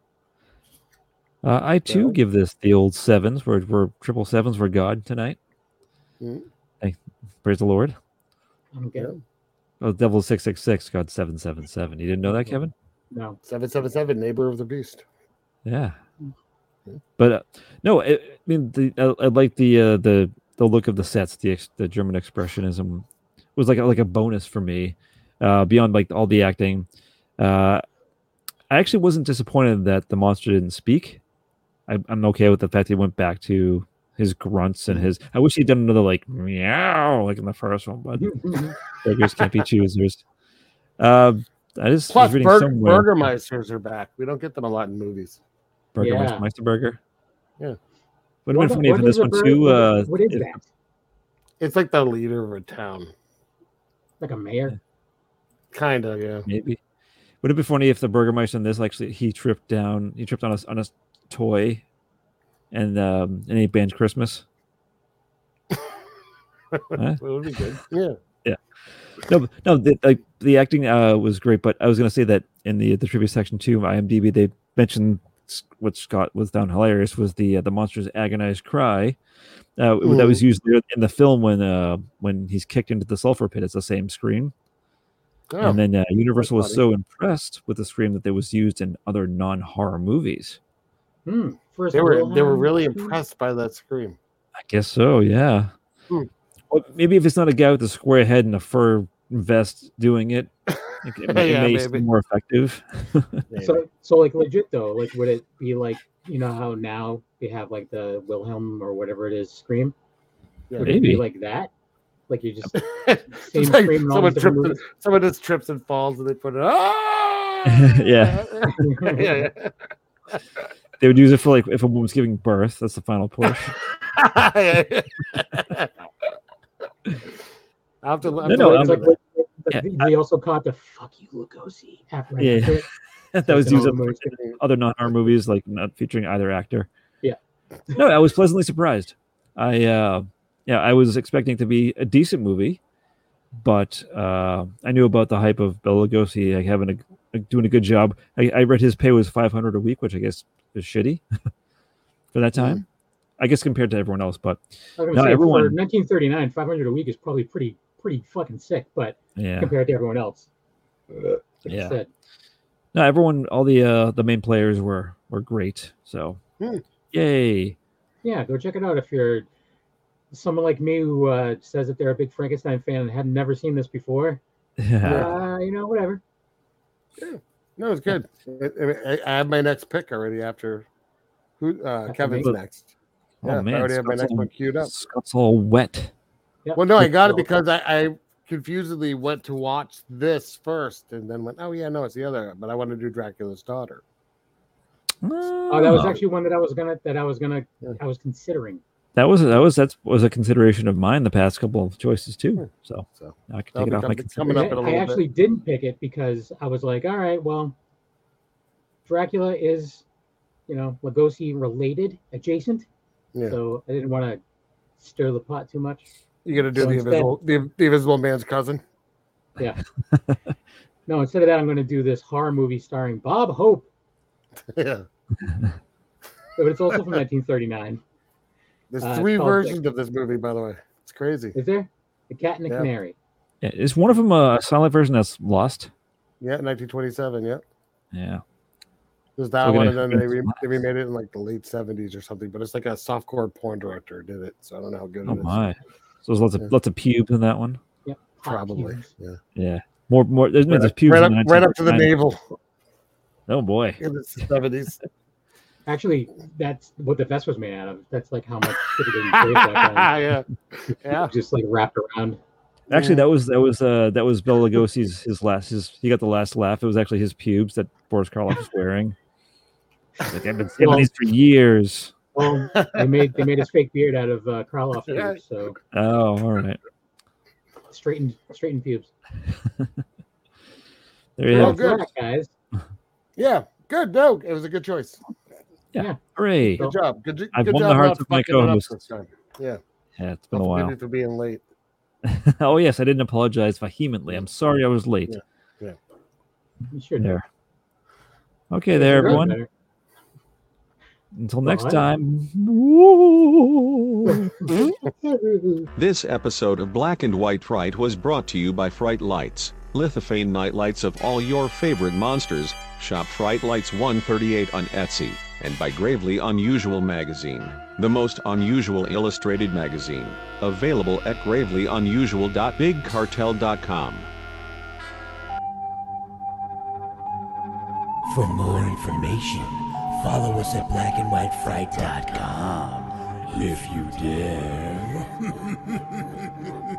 [SPEAKER 4] Uh, I too give this the old sevens. We're, we're triple sevens for God tonight.
[SPEAKER 3] Mm.
[SPEAKER 4] Hey, praise the Lord.
[SPEAKER 5] I don't get
[SPEAKER 3] Yeah.
[SPEAKER 5] it.
[SPEAKER 4] Oh, Devil six six six, God seven seven seven. You didn't know that, Kevin?
[SPEAKER 5] No.
[SPEAKER 3] Seven seven seven. Neighbor of the beast.
[SPEAKER 4] Yeah.
[SPEAKER 3] Yeah.
[SPEAKER 4] But uh, no, I, I mean, the I, I like the uh, the the look of the sets. The ex, the German expressionism was like a, like a bonus for me. Uh, beyond like all the acting, uh, I actually wasn't disappointed that the monster didn't speak. I, I'm okay with the fact he went back to his grunts and his. I wish he'd done another like meow like in the first one,
[SPEAKER 5] (laughs)
[SPEAKER 4] but beggars can't be choosers. Uh, I just
[SPEAKER 3] Plus,
[SPEAKER 4] was reading
[SPEAKER 3] Bur-
[SPEAKER 4] somewhere.
[SPEAKER 3] Burgermeisters are back. We don't get them a lot in movies.
[SPEAKER 4] Burger
[SPEAKER 5] Yeah.
[SPEAKER 4] Meister- Meisterburger.
[SPEAKER 3] Yeah.
[SPEAKER 4] Would have
[SPEAKER 5] What
[SPEAKER 4] been
[SPEAKER 5] the-
[SPEAKER 4] funny
[SPEAKER 5] what
[SPEAKER 4] for
[SPEAKER 5] is
[SPEAKER 4] this
[SPEAKER 5] a
[SPEAKER 4] one
[SPEAKER 5] bird-
[SPEAKER 4] too.
[SPEAKER 5] what-
[SPEAKER 4] Uh,
[SPEAKER 5] what is
[SPEAKER 4] it-
[SPEAKER 5] that?
[SPEAKER 3] It's like the leader of a town,
[SPEAKER 5] Like a mayor?
[SPEAKER 3] kind of. Yeah. (laughs)
[SPEAKER 4] Maybe. Would it be funny if the Burgermeister in this actually he tripped down? He tripped on a on a toy, and um, and he banned Christmas.
[SPEAKER 3] It would be good. Yeah.
[SPEAKER 4] No, but- no, the, like the acting uh, was great, but I was gonna say that in the the trivia section too, IMDb they mentioned s- what Scott was down hilarious was the uh, the monster's agonized cry. Uh, That was used later in the film when uh, when he's kicked into the sulfur pit. It's the same scream.
[SPEAKER 3] Oh,
[SPEAKER 4] and then uh, Universal was
[SPEAKER 3] funny.
[SPEAKER 4] so impressed with the scream that it was used in other non-horror movies.
[SPEAKER 5] Hmm. First
[SPEAKER 3] they were they were
[SPEAKER 5] Wilhelm
[SPEAKER 3] really
[SPEAKER 5] scream?
[SPEAKER 3] impressed by that
[SPEAKER 4] (laughs)
[SPEAKER 3] scream.
[SPEAKER 4] I guess so. Yeah.
[SPEAKER 3] Hmm.
[SPEAKER 4] Well, maybe if it's not a guy with a square head and a fur vest doing it, it, it may,
[SPEAKER 3] Yeah,
[SPEAKER 4] it may
[SPEAKER 3] maybe.
[SPEAKER 4] seem more effective.
[SPEAKER 5] So, so like legit though, like would it be like you know how now they have like the Wilhelm or whatever it is scream?
[SPEAKER 3] Yeah.
[SPEAKER 5] Would it
[SPEAKER 4] Maybe.
[SPEAKER 5] be like that? Like you just
[SPEAKER 3] It's
[SPEAKER 5] same
[SPEAKER 3] (laughs) like
[SPEAKER 5] scream in all
[SPEAKER 3] someone
[SPEAKER 5] these different
[SPEAKER 3] trips. And,
[SPEAKER 5] movies?
[SPEAKER 4] (laughs)
[SPEAKER 3] someone just trips and falls, and they put it. Ah!
[SPEAKER 4] Yeah.
[SPEAKER 3] (laughs) yeah.
[SPEAKER 4] They would use it for like if a woman's giving birth. That's the final push. (laughs)
[SPEAKER 3] yeah. I have to. I have
[SPEAKER 4] No,
[SPEAKER 3] to
[SPEAKER 4] no,
[SPEAKER 3] wait
[SPEAKER 4] I'm-
[SPEAKER 5] It's
[SPEAKER 3] till-
[SPEAKER 5] like, but- but
[SPEAKER 4] yeah,
[SPEAKER 5] they also caught the "fuck you, Lugosi" after I
[SPEAKER 4] Yeah.
[SPEAKER 5] did it.
[SPEAKER 4] (laughs) that was
[SPEAKER 5] It's
[SPEAKER 4] used
[SPEAKER 5] all
[SPEAKER 4] up for
[SPEAKER 5] emotion.
[SPEAKER 4] other non-horror movies, like not featuring either actor.
[SPEAKER 5] Yeah.
[SPEAKER 4] no, I was pleasantly surprised. I uh, yeah, I was expecting it to be a decent movie, but uh, I knew about the hype of Bela Lugosi like, having a like, doing a good job. I, I read his pay was five hundred a week, which I guess is shitty (laughs) for
[SPEAKER 3] Mm-hmm.
[SPEAKER 4] that time. I guess compared to everyone else, but
[SPEAKER 5] I was gonna
[SPEAKER 4] No,
[SPEAKER 5] say,
[SPEAKER 4] everyone-
[SPEAKER 5] for 1939, 500 a week is probably pretty pretty fucking sick, but
[SPEAKER 4] yeah,
[SPEAKER 5] compared to everyone else, like I
[SPEAKER 4] Yeah.
[SPEAKER 5] said,
[SPEAKER 4] no, everyone, all the uh, the main players were were great. So
[SPEAKER 3] Hmm.
[SPEAKER 4] yay, (laughs)
[SPEAKER 5] yeah, go check it out if you're someone like me who uh, says that they're a big Frankenstein fan and had never seen this before.
[SPEAKER 4] yeah.
[SPEAKER 5] Uh, you know, whatever.
[SPEAKER 3] No, it's good. I, I- I have my next pick already after who uh,
[SPEAKER 5] After
[SPEAKER 3] Kevin's
[SPEAKER 4] me?
[SPEAKER 3] next.
[SPEAKER 4] Oh
[SPEAKER 3] Yeah, I
[SPEAKER 4] man,
[SPEAKER 3] already have my
[SPEAKER 4] Scott's
[SPEAKER 3] next
[SPEAKER 4] all-
[SPEAKER 3] one queued up.
[SPEAKER 4] Scott's all wet.
[SPEAKER 3] Well, no, I got it
[SPEAKER 5] So-
[SPEAKER 3] because I, I confusedly went to watch this first and then went, oh, yeah, no, it's the other, but I want to do Dracula's Daughter.
[SPEAKER 5] Oh, that was
[SPEAKER 4] Ah.
[SPEAKER 5] actually one that I was gonna that I was gonna
[SPEAKER 3] Yeah.
[SPEAKER 5] I was considering.
[SPEAKER 4] That was that was that was a consideration of mine the past couple of choices too. So,
[SPEAKER 3] So,
[SPEAKER 4] now I can
[SPEAKER 3] Hmm. that'll
[SPEAKER 4] take it
[SPEAKER 3] be
[SPEAKER 4] off
[SPEAKER 3] coming-
[SPEAKER 4] my
[SPEAKER 3] coming up in
[SPEAKER 4] consideration.
[SPEAKER 5] I,
[SPEAKER 3] a
[SPEAKER 5] I
[SPEAKER 3] little bit.
[SPEAKER 5] actually didn't pick it because I was like, all right, well, Dracula is, you know, Lugosi related, adjacent.
[SPEAKER 3] Yeah.
[SPEAKER 5] So I didn't want to stir the pot too much.
[SPEAKER 3] You're going to do
[SPEAKER 5] So
[SPEAKER 3] the,
[SPEAKER 5] instead-
[SPEAKER 3] invisible, the, the Invisible Man's cousin? (laughs)
[SPEAKER 5] No, instead of that, I'm going to do this horror movie starring Bob Hope,
[SPEAKER 3] yeah.
[SPEAKER 5] but
[SPEAKER 3] (laughs)
[SPEAKER 5] it's also from 1939.
[SPEAKER 3] There's
[SPEAKER 5] Uh,
[SPEAKER 3] three
[SPEAKER 5] Celtic.
[SPEAKER 3] versions of this movie, by the way. It's crazy.
[SPEAKER 5] Is there? The Cat and the
[SPEAKER 3] Yeah.
[SPEAKER 5] Canary.
[SPEAKER 4] Yeah, is one of them a silent version that's lost?
[SPEAKER 3] Yeah, 1927. Yeah.
[SPEAKER 4] Yeah,
[SPEAKER 3] There's that
[SPEAKER 4] We're
[SPEAKER 3] one, and
[SPEAKER 4] gonna-
[SPEAKER 3] then they, re- they remade it in like the late 70s or something, but it's like a softcore porn director did it. So I don't know how good
[SPEAKER 4] oh
[SPEAKER 3] it is.
[SPEAKER 4] my. So there's lots of
[SPEAKER 3] Yeah.
[SPEAKER 4] lots of pubes in that one.
[SPEAKER 5] Hot
[SPEAKER 3] Probably.
[SPEAKER 5] Cubes.
[SPEAKER 3] Yeah.
[SPEAKER 4] Yeah, more more. There's,
[SPEAKER 3] Right
[SPEAKER 4] there's
[SPEAKER 3] up,
[SPEAKER 4] pubes
[SPEAKER 3] right
[SPEAKER 4] in
[SPEAKER 3] up, right up to the
[SPEAKER 4] 1939.
[SPEAKER 3] navel
[SPEAKER 4] Oh boy,
[SPEAKER 3] in the
[SPEAKER 4] (laughs)
[SPEAKER 3] 70s.
[SPEAKER 5] Actually, that's what the vest was made out of. That's like how much it was made
[SPEAKER 3] (laughs)
[SPEAKER 5] back
[SPEAKER 3] yeah.
[SPEAKER 4] (laughs)
[SPEAKER 5] then.
[SPEAKER 3] Yeah.
[SPEAKER 5] Just like wrapped around.
[SPEAKER 4] actually that was that was uh that was Bela Lugosi's (laughs) his last his he got the last laugh. It was actually his pubes that Boris Karloff was wearing. He's
[SPEAKER 3] (laughs)
[SPEAKER 4] like I've been saving
[SPEAKER 5] Well-
[SPEAKER 4] these for years.
[SPEAKER 5] Well, they made they made his fake beard out of uh, Karloff
[SPEAKER 3] (laughs) Yeah.
[SPEAKER 5] pubes, so
[SPEAKER 4] Oh, all right.
[SPEAKER 5] straightened straightened pubes.
[SPEAKER 4] There you
[SPEAKER 3] Well,
[SPEAKER 5] That's
[SPEAKER 3] good.
[SPEAKER 4] have. it.
[SPEAKER 5] that, guys.
[SPEAKER 3] Yeah. Good. No, it was a good choice.
[SPEAKER 4] Hooray!
[SPEAKER 3] Good job. Good, j-
[SPEAKER 4] I've
[SPEAKER 3] good
[SPEAKER 4] won the
[SPEAKER 3] job
[SPEAKER 4] hearts
[SPEAKER 3] not
[SPEAKER 4] of my
[SPEAKER 3] fucking it up
[SPEAKER 4] co-hosts.
[SPEAKER 3] this time.
[SPEAKER 4] Yeah, it's been a
[SPEAKER 3] Forgive
[SPEAKER 4] while.
[SPEAKER 3] me for being late.
[SPEAKER 4] (laughs) oh yes, I didn't apologize vehemently. I'm sorry I was late.
[SPEAKER 5] You should
[SPEAKER 4] There. Okay, there,
[SPEAKER 5] Sure.
[SPEAKER 4] everyone. Until next
[SPEAKER 5] Bye.
[SPEAKER 4] time.
[SPEAKER 1] This episode of Black and White Fright was brought to you by Fright Lights, lithophane nightlights of all your favorite monsters. Shop Fright Lights 138 on Etsy, and by Gravely Unusual Magazine, the most unusual illustrated magazine, available at gravelyunusual.bigcartel.com.
[SPEAKER 6] For more information, follow us at blackandwhitefright.com. If you dare.